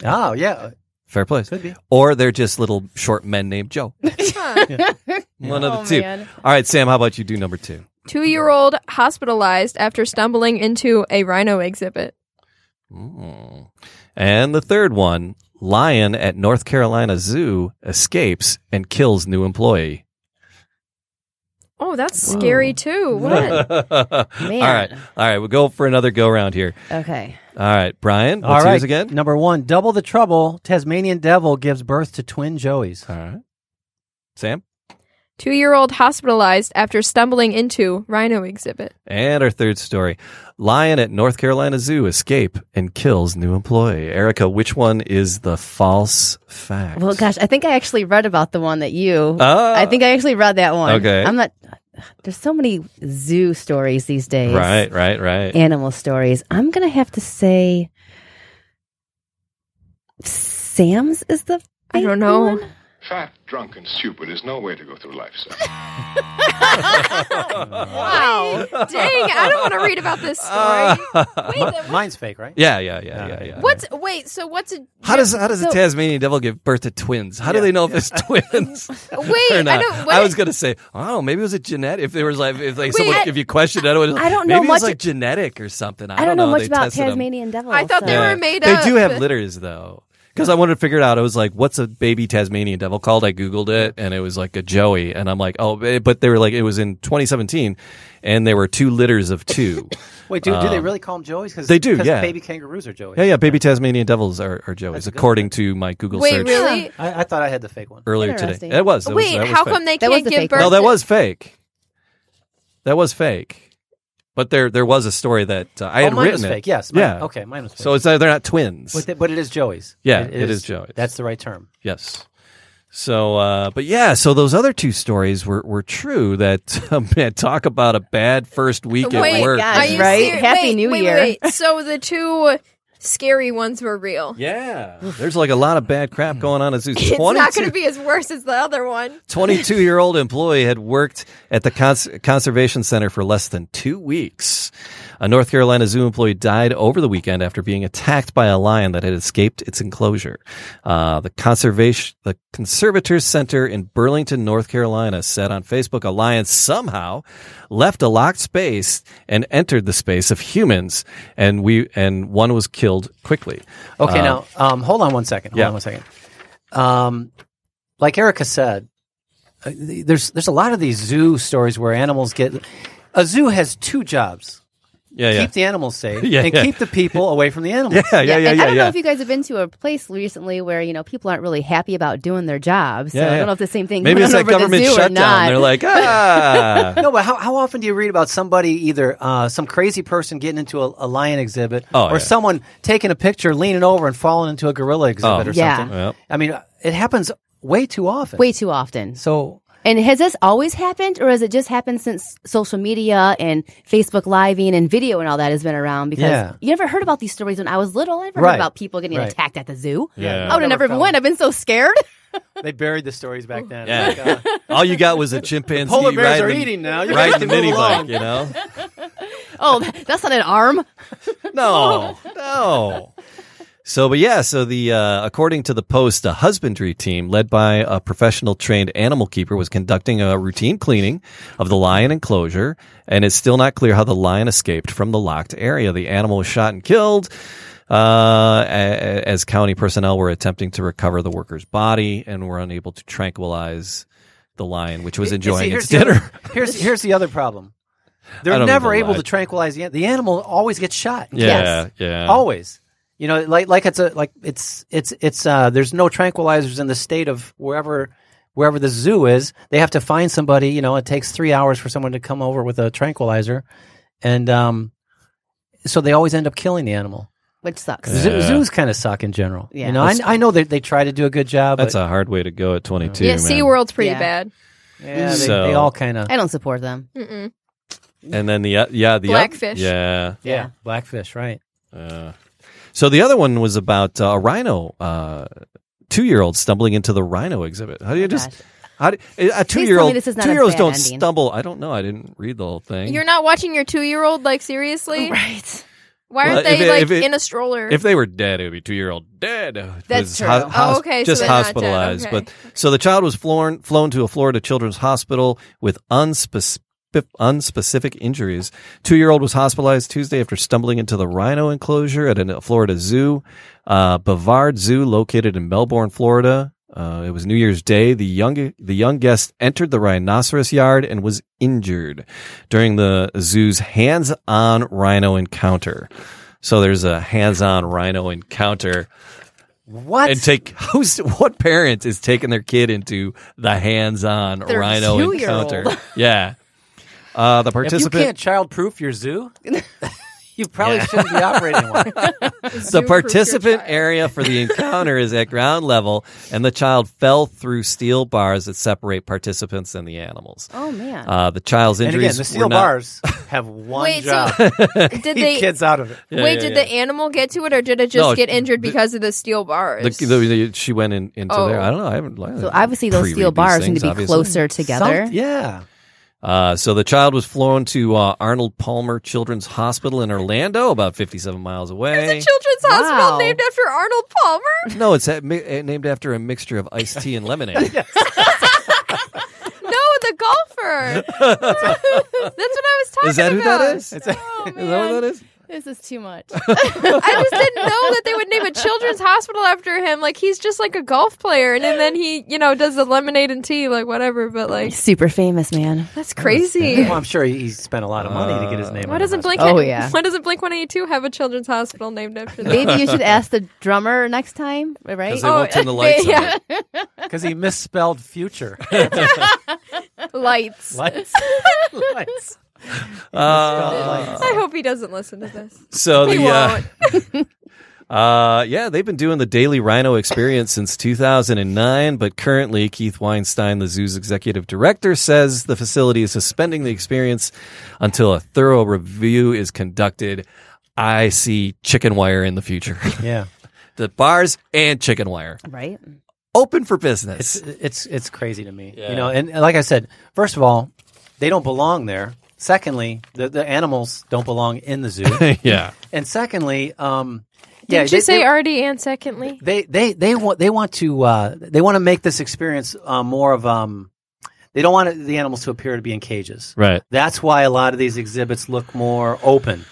Oh yeah, Fair place. could be. Or they're just little short men named Joe. Huh. One Oh, of the two. man. All right, Sam, how about you do number two? Two-year-old hospitalized after stumbling into a rhino exhibit. Mm. And the third one lion at North Carolina Zoo escapes and kills new employee. Oh, that's scary too. What? All right. All right. We'll go for another go round here. Okay. All right. Brian, All what's right, yours again? Number one, double the trouble. Tasmanian devil gives birth to twin Joeys. All right. Sam? Two-year-old hospitalized after stumbling into rhino exhibit. And our third story Lion at North Carolina Zoo escape and kills new employee. Erica, which one is the false fact? Well, gosh, I think I actually read about the one that you. Ah. I think I actually read that one. Okay. I'm not. there's so many zoo stories these days. Right, right, right. Animal stories. I'm gonna have to say Sam's is the I don't favorite know. one. Fat, drunk, and stupid is no way to go through life, son. Wow. Dang, I don't want to read about this story. Wait, Uh, the- Mine's fake, right? yeah, yeah, yeah, yeah, yeah. what's wait? So what's a How does how does the so- Tasmanian devil give birth to twins? How do they know if it's twins? Wait, or I not? don't- what- was gonna say, oh, maybe it was a genetic. If there was like, if like Wait, someone, I- if you questioned, I don't. I don't know maybe it's much- like genetic or something. I, I don't know much They about tested 'em. Tasmanian devil. I thought they so- were made They up. do have litters though, because I wanted to figure it out. I was like, what's a baby Tasmanian devil called? I googled it, and it was like a Joey, and I'm like, oh, but but they were like, it was in 2017, and there were two litters of two. Wait, do, do they really call them Joeys? Because Um, they do, yeah. Baby kangaroos are Joeys. yeah, yeah, baby Tasmanian devils are, are Joeys, according to my Google Wait, search really? I, I thought I had the fake one. earlier today. Interesting. It was. That was- Wait, that was how fake. come they That was can't the give fake birth? one. No, to- that was fake. That was fake. But there, there was a story that uh, I oh, had mine written was it. fake. Yes. mine- Yeah. Okay, mine was fake. So it's uh, they're not twins. but, th- but it is Joeys. Yeah, it is Joeys. That's the right term. yes. So, uh, but yeah. So those other two stories were, were true. That um, man, talk about a bad first week Oh Wait, at work. gosh, Are you right? serious? Happy wait, New wait, Year. Wait, So the two scary ones were real. Yeah, there's like a lot of bad crap going on at Zeus. It's not going 22 to be as worse as the other one. 22 year old employee had worked at the cons- conservation center for less than two weeks. A North Carolina zoo employee died over the weekend after being attacked by a lion that had escaped its enclosure. Uh, the conservation, the conservators center in Burlington, North Carolina said on Facebook, a lion somehow left a locked space and entered the space of humans. And we, and one was killed quickly. Okay, Uh, now um, hold on one second. Hold yeah. on one second. Um, like Erica said, uh, th- there's there's a lot of these zoo stories where animals get. A zoo has two jobs: Yeah. Yeah. keep the animals safe Yeah, and yeah. keep the people away from the animals. yeah, yeah, yeah, and yeah, I don't yeah. know if you guys have been to a place recently where you know people aren't really happy about doing their jobs. So Yeah, I yeah. don't know if the same thing. Maybe went it's on that over the government zoo or shutdown. not. They're like, ah. No, but how, how often do you read about somebody either uh, some crazy person getting into a, a lion exhibit, Oh, or yeah. someone taking a picture, leaning over, and falling into a gorilla exhibit or Yeah. something? Yep. I mean, it happens way too often. way too often. so And has this always happened, or has it just happened since social media and Facebook living and video and all that has been around? Because Yeah. you never heard about these stories when I was little. I never Right. heard about people getting Right. attacked at the zoo. Yeah. I would Never have never even felt- went. I've been so scared. they buried the stories back then. Yeah. Like, uh, All you got was a chimpanzee. Polar bears riding are the- eating now. You riding guys the can move mini along. bike, you know? Oh, that- that's not an arm. No, no. So, but yeah, so the uh, according to the post, a husbandry team led by a professional trained animal keeper was conducting a routine cleaning of the lion enclosure, and it's still not clear how the lion escaped from the locked area. The animal was shot and killed. Uh, a- as county personnel were attempting to recover the worker's body and were unable to tranquilize the lion, which was You see, enjoying here's its the dinner. other- here's here's the other problem. I They're don't never mean to able lie. to tranquilize the an- the animal. Always gets shot. and Yeah, Yes. yeah. killed. always. You know, like like it's a like it's it's it's uh there's no tranquilizers in the state of wherever wherever the zoo is. They have to find somebody. You know, it takes three hours for someone to come over with a tranquilizer, and um, so they always end up killing the animal. Which sucks. Yeah. Zoo, zoos kind of suck in general. Yeah. You know, I, That's- I know that they try to do a good job. That's but, a hard way to go at 22. yeah, man. SeaWorld's pretty Yeah. bad. yeah, they, So- they all kind of I don't support them. Mm-mm. And then the uh, yeah the Blackfish. yeah. yeah blackfish right. Uh, so the other one was about uh, a rhino. Uh, Two year old stumbling into the rhino exhibit. How do you just? Oh, gosh. How do, eh, a two year tell me old? this is not a Two year olds bad don't ending. stumble. I don't know. I didn't read the whole thing. You're not watching your two year old, like, seriously? Right. Why aren't Well, if they, it- like, if it- in a stroller? if they were dead, it would be two year old dead. That's Was true. hos- Oh, hos- okay, so just they're not dead. hospitalized. Okay. But so the child was flown flown to a Florida children's hospital with unspecific unspecific injuries. Two year old was hospitalized Tuesday after stumbling into the rhino enclosure at a Florida zoo, uh, Bavard Zoo, located in Melbourne, Florida. Uh, it was New Year's Day. The young the young guest entered the rhinoceros yard and was injured during the zoo's hands on rhino encounter. So there's a hands on rhino encounter What? and take who's what parent is taking their kid into the hands-on Their rhino two-year-old. encounter? Yeah. Uh, the If you participant can't childproof your zoo, You probably shouldn't be operating one. the participant area for the encounter is at ground level, and the child fell through steel bars that separate participants and the animals. Oh man. Uh, the child's And injuries again, the steel were not- bars have one Wait, job: so did keep they? kids out of it. Yeah, wait, yeah, did yeah. the animal get to it, or did it just No, get the- injured because of the steel The, bars? the, the- she went in, into Oh. there. I don't know. I haven't. I so obviously those pre-read steel these bars need things, to be obviously. closer together. Some- Oh, yeah. Uh, so the child was flown to uh, Arnold Palmer Children's Hospital in Orlando, about 57 miles There's a away. children's hospital Wow. named after Arnold Palmer. No, it's at, mi- eh, named after a mixture of iced tea and lemonade. No, the golfer. That's what I was talking Is that who about. that is? Is that Oh, what that is? This is too much. I just didn't know that they would name a children's hospital after him. Like he's just like a golf player, and, and then he, you know, does the lemonade and tea, like whatever. But like Super famous man. that's crazy. Well, I'm sure he, he spent a lot of money to get his name. Why on doesn't the Blink? Oh, yeah. Why doesn't Blink One Eighty Two have a children's hospital named after them? Maybe you should ask the drummer next time, right? Because they won't turn the Oh, lights yeah. on. because he misspelled future. Lights. Lights. Lights. Uh, I hope he doesn't listen to this. so He the uh, won't. uh, yeah, they've been doing the Daily Rhino Experience since 2009, but currently Keith Weinstein, the zoo's executive director, says the facility is suspending the experience until a thorough review is conducted. I see chicken wire in the future. Yeah. the bars and chicken wire Right? open for business. It's it's crazy to me. You know, and, and like I said, first of all, they don't belong there. Secondly, the, the animals don't belong in the zoo. yeah. and secondly, um, yeah, Didn't you they- say they- already and secondly? they they they want they want to uh, they want to make this experience uh, more of um they don't want it- the animals to appear to be in cages. Right. That's why a lot of these exhibits look more open.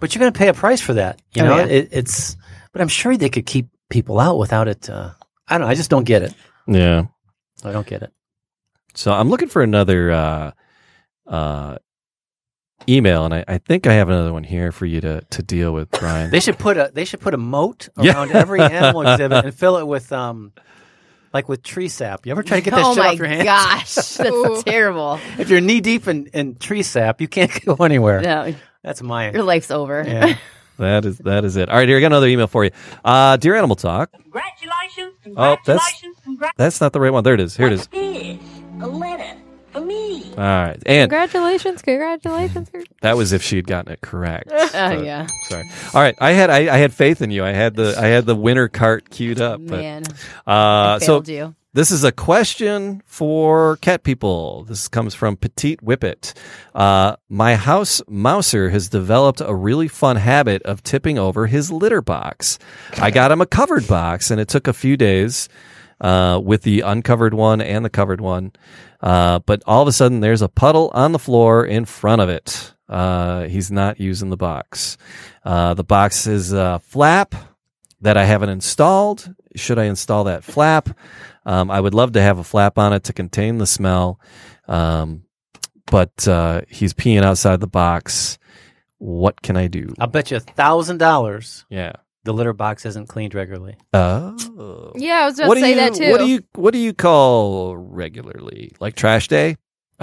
But you're going to pay a price for that. You Oh, know, yeah. it, it's but I'm sure they could keep people out without it. Uh, I don't. know. I just don't get it. Yeah. I don't get it. So I'm looking for another uh, uh, email, and I, I think I have another one here for you to, to deal with, Brian. They should put a they should put a moat Yeah. around every animal exhibit and fill it with um like with tree sap. You ever try to get that Oh shit my off your hands? gosh. That's Ooh. terrible. If you're knee deep in, in tree sap, you can't go anywhere. No, That's my your life's over. yeah. that is that is it. All right, here I got another email for you. Uh, Dear Animal Talk, Congratulations, Oh, that's- congratulations, congratulations. that's not the right one. There it is. Here it is. This, a letter for me. All right, and Congratulations, congratulations. that was if she had gotten it correct. Oh, So- yeah. Sorry. All right, I had I, I had faith in you. I had the I had the winner cart queued up, but Man. uh, so failed you. This is a question for cat people. This comes from Petite Whippet. Uh, my house mouser has developed a really fun habit of tipping over his litter box. I got him a covered box, and it took a few days uh, with the uncovered one and the covered one. Uh, but all of a sudden, there's a puddle on the floor in front of it. Uh, he's not using the box. Uh, the box is a flap that I haven't installed. Should I install that flap? Um, I would love to have a flap on it to contain the smell, um, but uh, he's peeing outside the box. What can I do? I'll bet you a thousand dollars Yeah. the litter box isn't cleaned regularly. Oh. Yeah, I was about What to do say you that too. what do you what do you call regularly? Like trash day?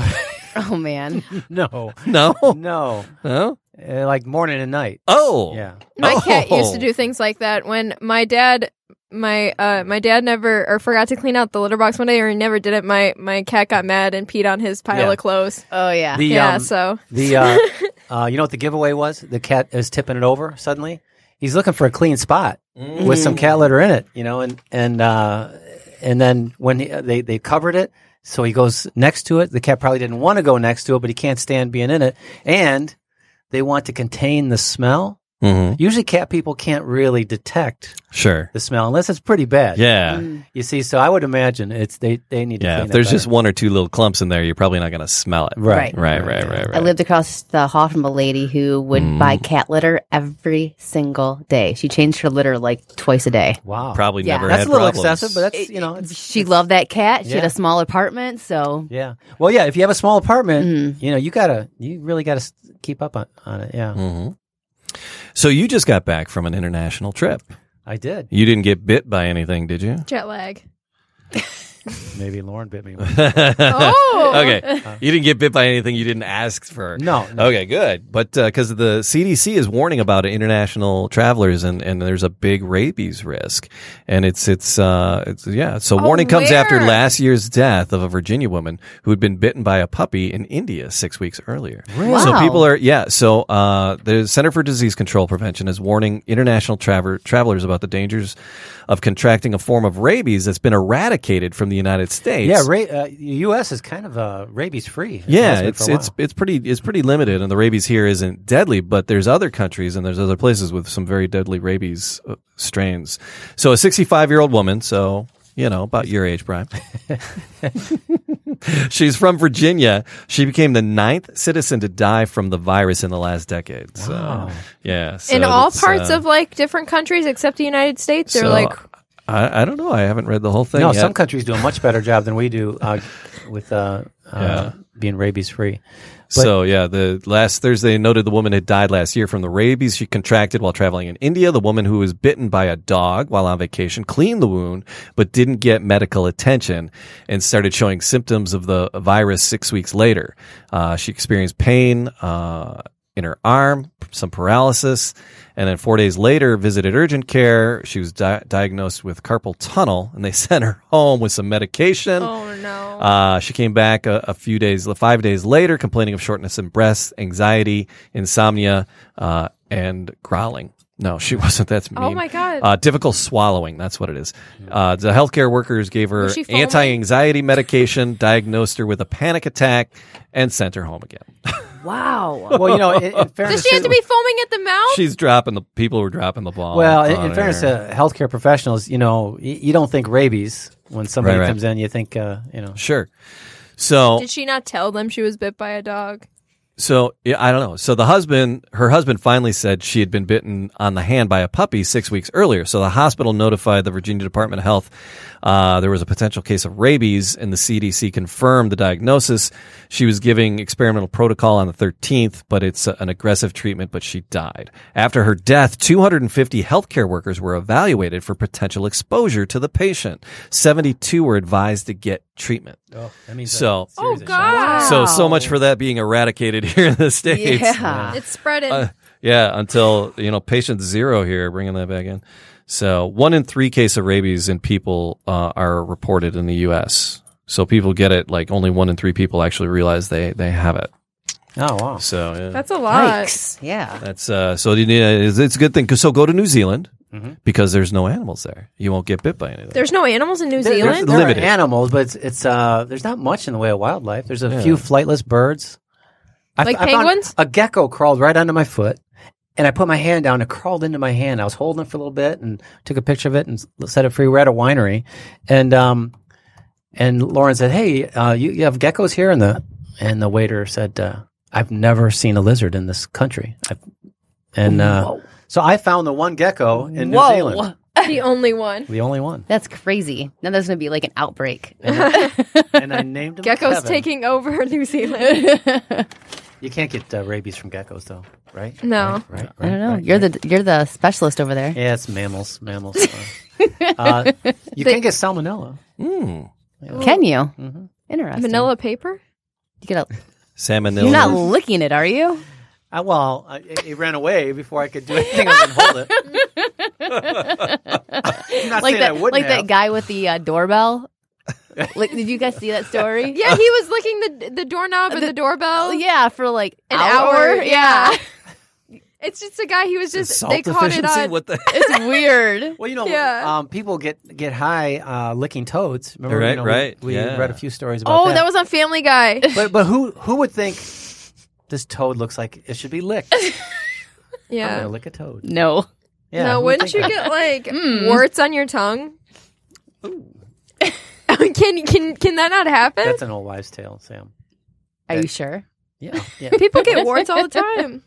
Oh, man. No, No, no, no. Uh, like morning and night. Oh, Yeah, My cat used to Oh. do things like that when my dad my uh my dad never or forgot to clean out the litter box one day or he never did it. My my cat got mad and peed on his pile Yeah. of clothes. Oh, yeah. The, yeah, um, so the uh, uh, you know what the giveaway was? The cat is tipping it over suddenly. He's looking for a clean spot with Mm. some cat litter in it, you know, and and uh, and then when he, uh, they they covered it, so he goes next to it. The cat probably didn't want to go next to it, but he can't stand being in it, and they want to contain the smell. Mhm. Usually, cat people can't really detect Sure. the smell unless it's pretty bad. Yeah. Mm, You see, so I would imagine it's they they need to. Yeah. clean If that there's better. just one or two little clumps in there, you're probably not going to smell it. right, Mm-hmm. Right. Right. Right. Right. I lived across the hall from a lady who would buy cat litter every single day. She changed her litter like twice a day. Wow, probably Yeah. never that's had a little problems. excessive, but that's you know, it's, She loved that cat. She had Yeah. a small apartment, so yeah. Well, yeah. If you have a small apartment, Mm. you know, you gotta, you really gotta s- keep up on, on it. Yeah, Mm. so you just got back from an international trip. I did. You didn't get bit by anything, did you? jet lag. Maybe Lauren bit me. Oh. okay. You didn't get bit by anything you didn't ask for. No, no. Okay, good. But because the CDC is warning about it, international travelers, and, and there's a big rabies risk, and it's it's uh it's yeah. So Oh, warning comes after where? last year's death of a Virginia woman who had been bitten by a puppy in India six weeks earlier. Really? So Wow. people are yeah. So uh, the Center for Disease Control Prevention is warning international traver- travelers about the dangers of contracting a form of rabies that's been eradicated from the United States. yeah, ra- uh, U.S. is kind of uh, rabies free. Yeah, it's it's it's pretty it's pretty limited, and the rabies here isn't deadly. But there's other countries and there's other places with some very deadly rabies uh, strains. So a 65 year old woman, so you know about your age, Brian. She's from Virginia. She became the ninth citizen to die from the virus in the last decade. So yeah, so in all that's, parts uh, of like different countries except the United States, they're so uh, like I, I don't know. I haven't read the whole thing. no. yet. Some countries do a much better job than we do uh, with uh, uh, being rabies free. so yeah, the last Thursday noted the woman had died last year from the rabies she contracted while traveling in India. The woman who was bitten by a dog while on vacation cleaned the wound but didn't get medical attention and started showing symptoms of the virus six weeks later. Uh, she experienced pain. Uh, in her arm, some paralysis, and then four days later visited urgent care. She was di- diagnosed with carpal tunnel, and they sent her home with some medication. Oh no. Uh, she came back a, a few days, five days later, complaining of shortness in breasts, anxiety, insomnia, uh, and growling. No, she wasn't. That's mean. Oh, my God. Uh, difficult swallowing. That's what it is. Uh, the healthcare workers gave her Was she foaming? anti-anxiety medication, diagnosed her with a panic attack, and sent her home again. Wow. Well, you know, in, in fairness, Does she have to be foaming at the mouth? She's dropping the people were dropping the ball. Well, in, on in fairness her. to healthcare professionals, you know, y- you don't think rabies when somebody Right, right. comes in. You think, uh, you know, sure. So Did she not tell them she was bit by a dog? So yeah, I don't know. So the husband, her husband, finally said she had been bitten on the hand by a puppy six weeks earlier. So the hospital notified the Virginia Department of Health uh, there was a potential case of rabies, and the CDC confirmed the diagnosis. She was giving experimental protocol on the 13th, but it's uh, an aggressive treatment. But she died after her death. 250 healthcare workers were evaluated for potential exposure to the patient. 72 were advised to get treatment. oh, that means So- a series Oh, of God. shots. So so much for that being eradicated here in the states. Yeah. It's spreading. Uh, yeah, until you know patient zero here, bringing that back in. So one in three case of rabies in people uh, are reported in the U.S. So people get it. Like only one in three people actually realize they they have it. Oh wow. So yeah. That's a lot. Yikes. Yeah. That's uh, so you need- it's it's a good thing. 'Cause- So go to New Zealand Mm-hmm. because there's no animals there. You won't get bit by anything. There's no animals in New There- Zealand. There, Limited. are animals, but it's, it's uh, there's not much in the way of wildlife. There's a few flightless birds, I f- Like I found penguins? A gecko crawled right under my foot, and I put my hand down. It crawled into my hand. I was holding it for a little bit and took a picture of it and s- set it free. We're at a winery, and um, and Lauren said, "Hey, uh, you, you have geckos here?" And the and the waiter said, uh, "I've never seen a lizard in this country." I've, and uh, so I found the one gecko in New Zealand, the only one. the only one, That's crazy. Now there's going to be like an outbreak. and I named him Gecko's Kevin. taking over New Zealand. You can't get uh, rabies from geckos, though, right? no. Right. right I don't know. right, You're right. the you're the specialist over there. Yeah, it's mammals. Mammals. uh, uh, you can get salmonella. Can you? Mm-hmm. Interesting. Manila paper? You get a, Salmonella. you're not licking it, are you? Uh, well, I, it, it ran away before I could do anything other than hold it. I'm not Like saying I that, wouldn't like have. that guy with the uh, doorbell. like, did you guys see that story? Yeah, he was licking the the doorknob and the doorbell. Oh, yeah, for like An hour, Yeah, It's just a guy. He was just Salt they caught it deficiency? on. What the? it's weird. Well, you know, Yeah. um, people get get high uh, licking toads. Remember, you Right, know, we- right, We, yeah. read a few stories about Oh, that. that was on Family Guy. But but who who would think this toad looks like it should be licked? I'm gonna Yeah. lick a toad. No, Yeah. who now, would wouldn't Hmm. think you that? get like warts on your tongue? can can can that not happen? Eh. That's an old wives' tale, Sam. are you sure? Yeah. Yeah. People get warts all the time.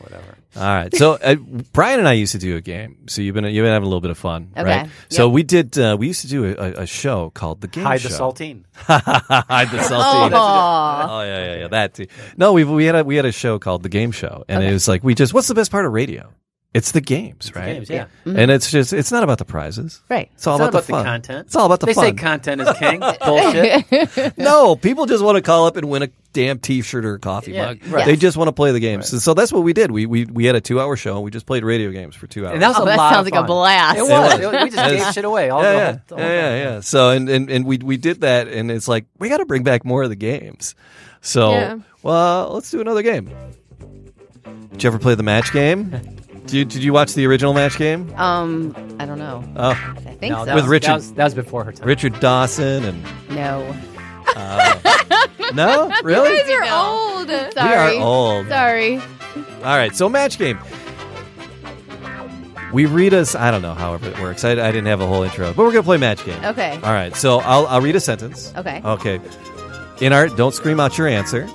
Whatever. All right. So uh, Brian and I used to do a game. So you've been you've been having a little bit of fun, Okay. right? Yep. So we did. Uh, we used to do a, a, a show called the Game Hide Show. the saltine. Hide the saltine. Aw. Oh yeah, yeah, yeah. That too. No, we we had a we had a show called the Game Show, and it was like we just what's the best part of radio? It's the games, right? games, yeah. Mm-hmm. And it's just it's not about the prizes. Right. It's all It's not about, the about the fun. content. It's all about the They fun. say content is king. Oh, Bullshit. no, people just want to call up and win a damn T-shirt or a coffee Yeah, mug. right. They just want to play the games, and so that's what we did. We we, we had a two-hour show and we just played radio games for two hours. And that was Oh, a that lot sounds of like fun. a blast. It was. It was. It- we just gave shit away. All yeah, the yeah, whole- the whole yeah, yeah, yeah. So and, and and we we did that, and it's like we got to bring back more of the games. So Yeah. well, let's do another game. Did you ever play the match game? Did you, did you watch the original match game? Um, I don't know. Oh, I think No, so. that was- With Richard- That was, that was before her time. Richard Dawson and no. no, really? You guys are No. old. we Sorry. are old. Sorry. All right, so match game. We read us. I don't know. However, it works. I, I didn't have a whole intro, but we're gonna play match game. Okay. All right. So I'll I'll read a sentence. Okay. Okay. In art, don't scream out your answer.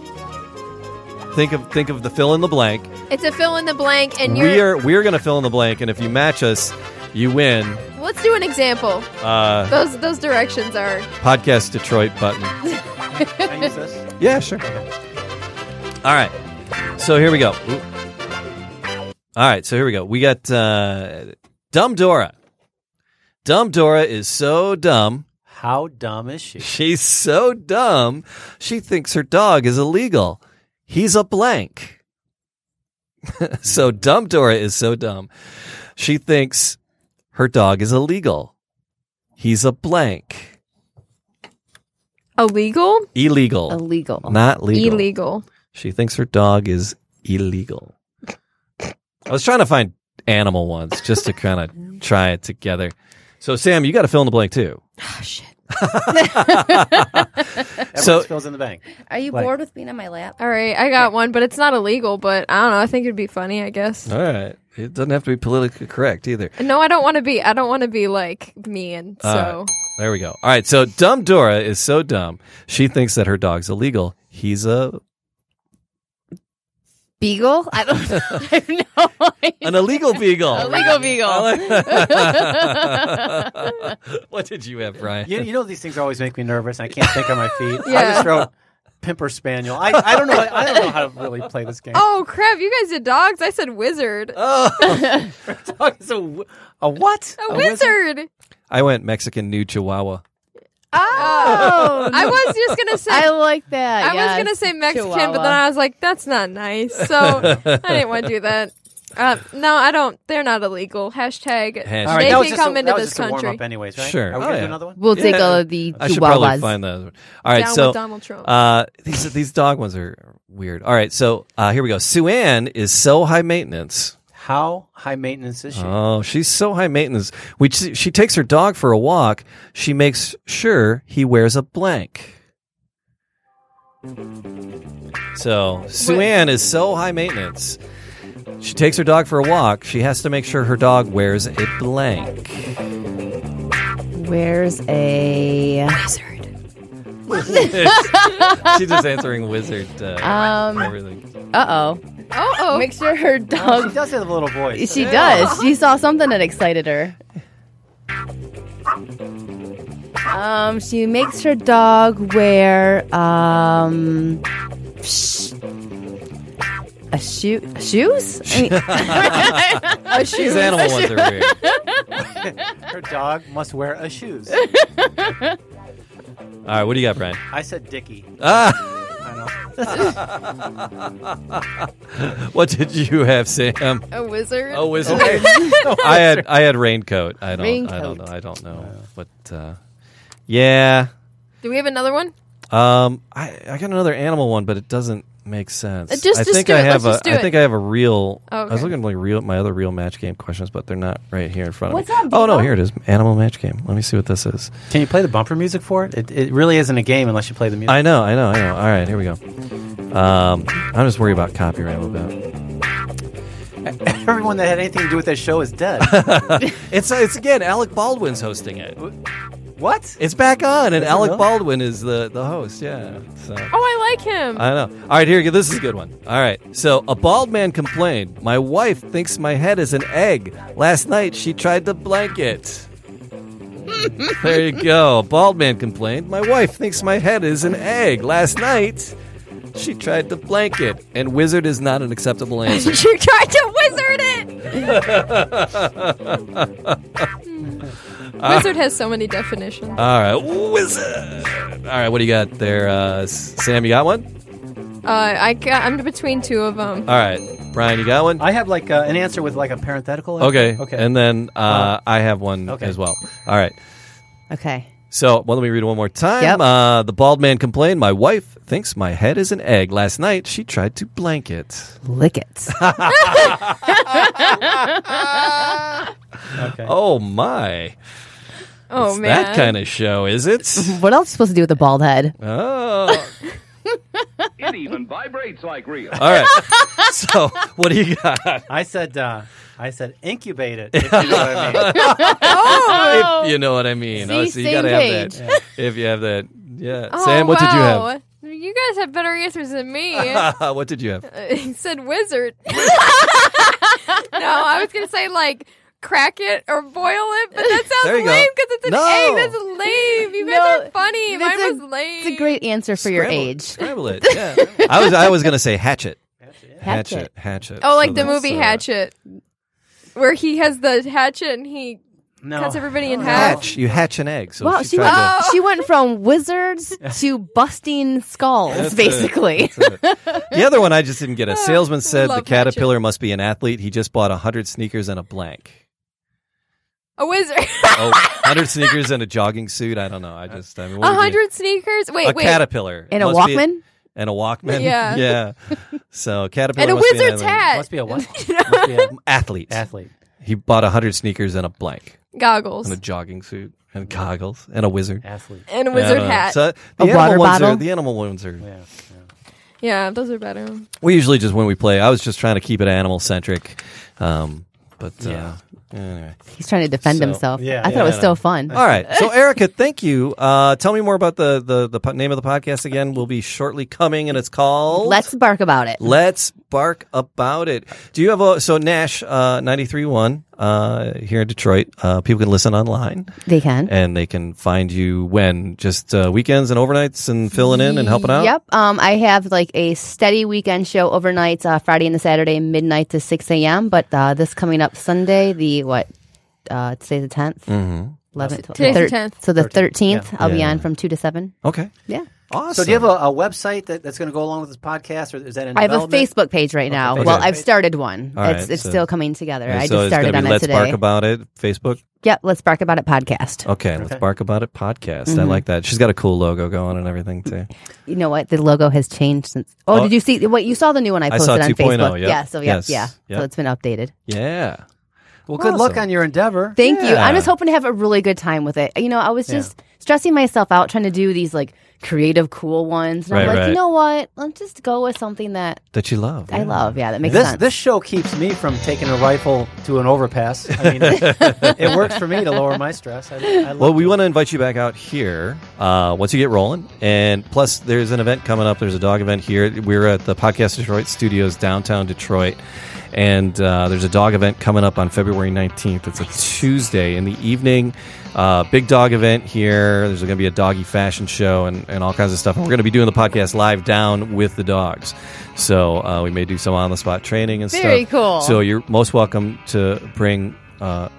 Think of think of the fill in the blank. It's a fill in the blank, and we are you're. we're gonna fill in the blank, and if you match us, you win. Let's do an example. Uh, Those those directions are. podcast Detroit button. Can I use this? Yeah, sure. All right. So here we go. Oop. All right. So here we go. We got uh, Dumb Dora. Dumb Dora is so dumb. How dumb is she? She's so dumb. She thinks her dog is illegal. He's a blank. so Dumb Dora is so dumb. She thinks her dog is illegal. He's a blank. Illegal? Illegal. Illegal. Not legal. Illegal. She thinks her dog is illegal. I was trying to find animal ones just to kind of try it together. So, Sam, you got to fill in the blank too. Everyone So- spills in the bank. Are you Like- bored with being on my lap? All right, I got one, but it's not illegal, but I don't know. I think it'd be funny, I guess. All right. It doesn't have to be politically correct either. No, I don't want to be. I don't want to be like mean. So. Uh, There we go. All right. So, dumb Dora is so dumb. She thinks that her dog's illegal. He's a Beagle? I don't know. I have no idea. an illegal beagle. Illegal beagle. what did you have, Brian? You, you know these things always make me nervous. I can't think on my feet. I Yeah. just wrote pimper spaniel. I, I don't know. I don't know how to really play this game. oh crap! You guys did dogs. I said wizard. It's a, w- a what? a wizard. I went Mexican New Chihuahua. Oh, I was just gonna say. I I, like that. yes. was gonna say Mexican, but Chihuahua. then I was like, that's not nice. So I didn't want to do that. Uh, no, I don't. They're not illegal. Hashtag. Hashtag. All They right, they that was can just come a, into that was this just a warm country. up anyways, right? Sure. Are we Oh, gonna yeah. do another one? We'll take Yeah. all of the I should probably chihuahuas. find those. All right, Down so with Donald Trump. Uh, these these dog ones are weird. All right, so uh, here we go. Sue Ann is so high maintenance. How high maintenance is she? Oh, she's so high maintenance. We she, she takes her dog for a walk. She makes sure he wears a blank. So Sue Ann is so high maintenance. She takes her dog for a walk. She has to make sure her dog wears a blank. Where's a she's just answering wizard. Uh, everything. uh oh? oh, oh. um, Make sure her she dog. does have a little voice. She does. She saw something that excited her. Um, she makes her dog wear um sh- a shoe shoes. I mean- a These shoes. animal ones are weird. Her dog must wear a shoes. All right, what do you got, Brian? I said Dickie. Ah, I know. what did you have, Sam? a wizard. A wizard. I had I had raincoat. I don't I don't Raincoat. know. I don't know. But uh, yeah, Do we have another one? um, I I got another animal one, but it doesn't make sense. Uh, just- I just think do I it. Let's have a I just do it. think I have a real. Oh, I was okay. looking at like real my other real match game questions, but they're not right here in front of What's me. up, oh no, Devo? here it is. Animal match game. Let me see what this is. Can you play the bumper music for it? It, it really isn't a game unless you play the music. I know, I know, I know. All right, here we go. Um, I'm just worried about copyright a little bit. Everyone that had anything to do with that show is dead. It's it's again Alec Baldwin's hosting it. what? It's back on, and it Alec really? Baldwin is the, the host. Yeah. So Oh, I like him. I know. All right, here you go. This is a good one. All right. So a bald man complained, "My wife thinks my head is an egg. Last night she tried to blanket." there you go. Bald man complained, "My wife thinks my head is an egg. Last night She tried to flank it, and wizard is not an acceptable answer. you tried to wizard it. wizard has so many definitions. Uh, All right, wizard. All right, what do you got there, uh, S- Sam? You got one? Uh, I got, I'm between two of them. All right, Brian, you got one? I have like uh, an answer with like a parenthetical. Okay. Okay. And then uh, I have one Okay. as well. All right. Okay. So, well, let me read it one more time. Yep. Uh, the bald man complained, My wife thinks my head is an egg. Last night, she tried to blank it. Lick it. okay. Oh, my. oh It's man, That kind of show, is it? what else are you supposed to do with a bald head? oh. It even vibrates like real. All right. so, what do you got? I said, uh, I said, incubate it. if you know what I If you know what I mean. mean. See, oh, so you same got to have page. that. If you have that. Yeah. Oh, Sam, what wow. did you have? You guys have better answers than me. did Uh, you have? what did you have? He said wizard. no, I was gonna say like crack it or boil it, but that sounds There you lame go. because it's an No. egg. That's lame. You guys No, are funny. that's Mine a- was lame. It's a great answer for your Scramble- age. Scramble it. Yeah. I was I was gonna say hatchet. Hatchet. Hatchet. Hatchet. Oh, like So the that's, movie uh, Hatchet, where he has the hatchet and he No. cuts everybody in half. Hatch. You hatch an egg. So Wow, she she went, tried to- she went from wizards to busting skulls, That's it. basically. the other one I just didn't get. A salesman said the love caterpillar must be an athlete. He just bought hundred sneakers and a blank. A wizard. Oh, 100 sneakers and a jogging suit. I don't know. I just I mean, A what would you- hundred sneakers. Wait, a wait. caterpillar And a Must be- Walkman? and a Walkman. Yeah. yeah. So caterpillar and a must be an wizard's athlete. hat. Must be a what? Must be a Athlete. athlete. He bought hundred sneakers and a blank Goggles. and a jogging suit and goggles and a wizard. Athlete. And a wizard Yeah. hat. Uh, So the animal water ones Are, bottle? the animal ones are. Yeah. yeah, those are better. We usually just when we play. I was just trying to keep it animal centric, um, but Yeah. uh, anyway. He's trying to defend So, himself. yeah, I thought yeah, it was I know. so fun. All right. So Erica, thank you. Uh, tell me more about the the, the po- name of the podcast again. Will be shortly coming, and it's called Let's bark about it. Let's bark about it. Do you have a so Nash uh, ninety three one uh, here in Detroit? Uh, people can listen online They can. and they can find you when just uh, weekends and overnights and filling in and helping out. Yep. Um, I have like a steady weekend show overnight, uh, Friday and Saturday, midnight to 6 a.m. But uh, this coming up Sunday, the what? Uh, today's the 10th? Mm-hmm. 11th. Today's the thir- 10th. So the 13th, I'll be Yeah. on from 2 to 7. Okay. Yeah. Awesome. So do you have a, a website that, that's going to go along with this podcast, or is that in I have a development? Facebook page right now. Facebook Well, page. I've started one. All right, it's it's so- still coming together. And I so just it's started gonna on be it Let's today. bark about it. Facebook. Yep, let's bark about it podcast. Okay, let's bark about it. Podcast. Mm-hmm. I like that. She's got a cool logo going and everything too. You know what? The logo has changed since. Oh, Oh. did you see? What you saw the new one I I posted saw on 2.0, Facebook? yep. Yeah. So yeah, Yes, yeah. yep. So it's been updated. Yeah. Well, good luck Awesome. on your endeavor. Thank you. Yeah. I'm just hoping to have a really good time with it. You know, I was just stressing myself out trying to do these like creative, cool ones. And I'm Right, like, right. you know what? Let's just go with something that That you love. I love. Yeah, that makes This sense. this show keeps me from taking a rifle to an overpass. I mean, it works for me to lower my stress. I, I Well, love we it. want to invite you back out here uh, once you get rolling. And plus, there's an event coming up. There's a dog event here. We're at the Podcast Detroit Studios, downtown Detroit. And uh, there's a dog event coming up on February 19th. It's a Tuesday in the evening. Uh, big dog event here. There's going to be a doggy fashion show and, and all kinds of stuff. And we're going to be doing the podcast live down with the dogs. So uh, we may do some on the spot training and Very stuff. cool. So you're most welcome to bring. Uh,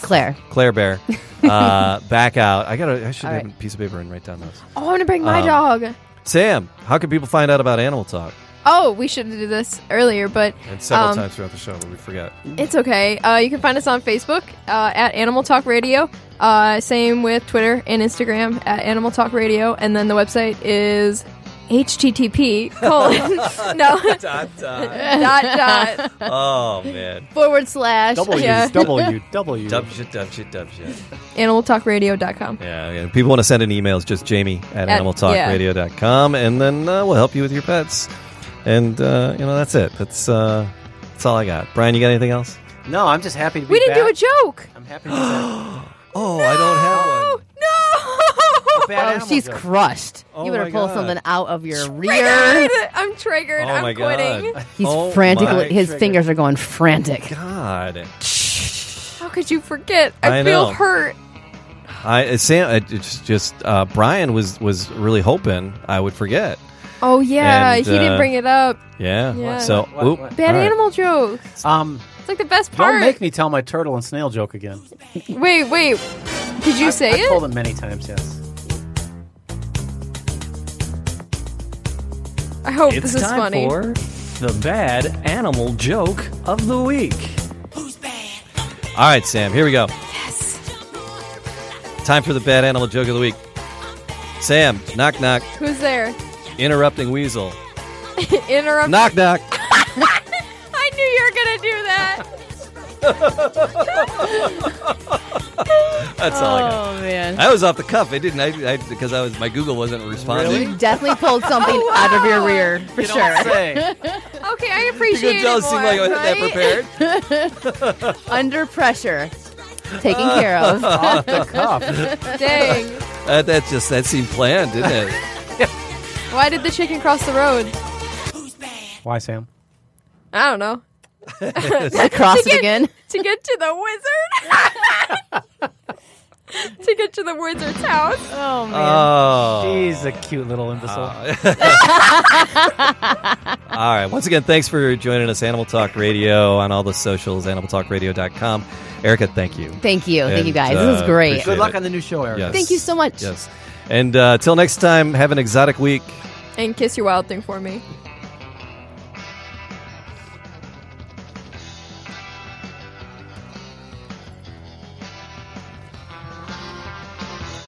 Claire. Claire Bear uh, back out. I got. to I should All have right. a piece of paper and write down those. Oh, I'm gonna bring my Um, dog. Sam, how can people find out about Animal Talk? Oh, we should do this earlier, but And several Um, times throughout the show, but we forgot. It's okay. Uh, you can find us on Facebook uh, at Animal Talk Radio. Uh, same with Twitter and Instagram at Animal Talk Radio. And then the website is http colon no dot dot Oh man. forward slash yeah, W W. Dub shit, dub shit, dub shit. animaltalkradio.com. Yeah, yeah. People want to send in emails, just jamie at, At- animaltalkradio.com, and then uh, we'll help you with your pets. And, uh, you know, that's it. That's uh, that's all I got. Brian, you got anything else? No, I'm just happy to be. We didn't do a back. joke. I'm happy to be back. Oh, I don't have one. No. Bad Oh, animal she's joke. crushed. Oh you better my pull God. something out of your rear. Triggered. I'm triggered. Oh, I'm my quitting. God. He's Oh, my frantically. His trigger. fingers are going frantic. God. How could you forget? I, I feel know. hurt. uh, I Sam, it's just uh, Brian was was really hoping I would forget. Oh yeah, And, he didn't uh, bring it up. Yeah. Yeah. So, What- oop. what- Bad All right. animal joke. Um, It's like the best don't part. make me tell my turtle and snail joke again. Wait, wait. Did you I- say I've it? told it many times. Yes. I hope It's this is time funny. for the bad animal joke of the week. All right, Sam, here we go. Yes. Time for the bad animal joke of the week. Sam, knock knock, Who's there? interrupting weasel. Interrupt. Knock knock. I knew you were gonna do that. That's all I Oh. got. man. I was off the cuff. I didn't I, I because I was my Google wasn't responding. You definitely pulled something Oh, out of your wow. rear for sure. Say, Okay, I appreciate You it. don't seem more, like I had that right? prepared. Under pressure, taken Uh. care of. off the cuff. Dang. Uh, that just that seemed planned, didn't it? Why did the chicken cross the road? Why, Sam? I don't know. Cross it again. To get to the wizard. to get to the wizard's house. Oh man. Oh. He's a cute little imbecile. Ah, All right. Once again, thanks for joining us, Animal Talk Radio, on all the socials, animaltalkradio.com. Erica, thank you. Thank you, thank you And, guys. This is uh, great. appreciate Good luck it. on the new show, Eric. Yes. Thank you so much. Yes. And uh, till next time, have an exotic week. And kiss your wild thing for me.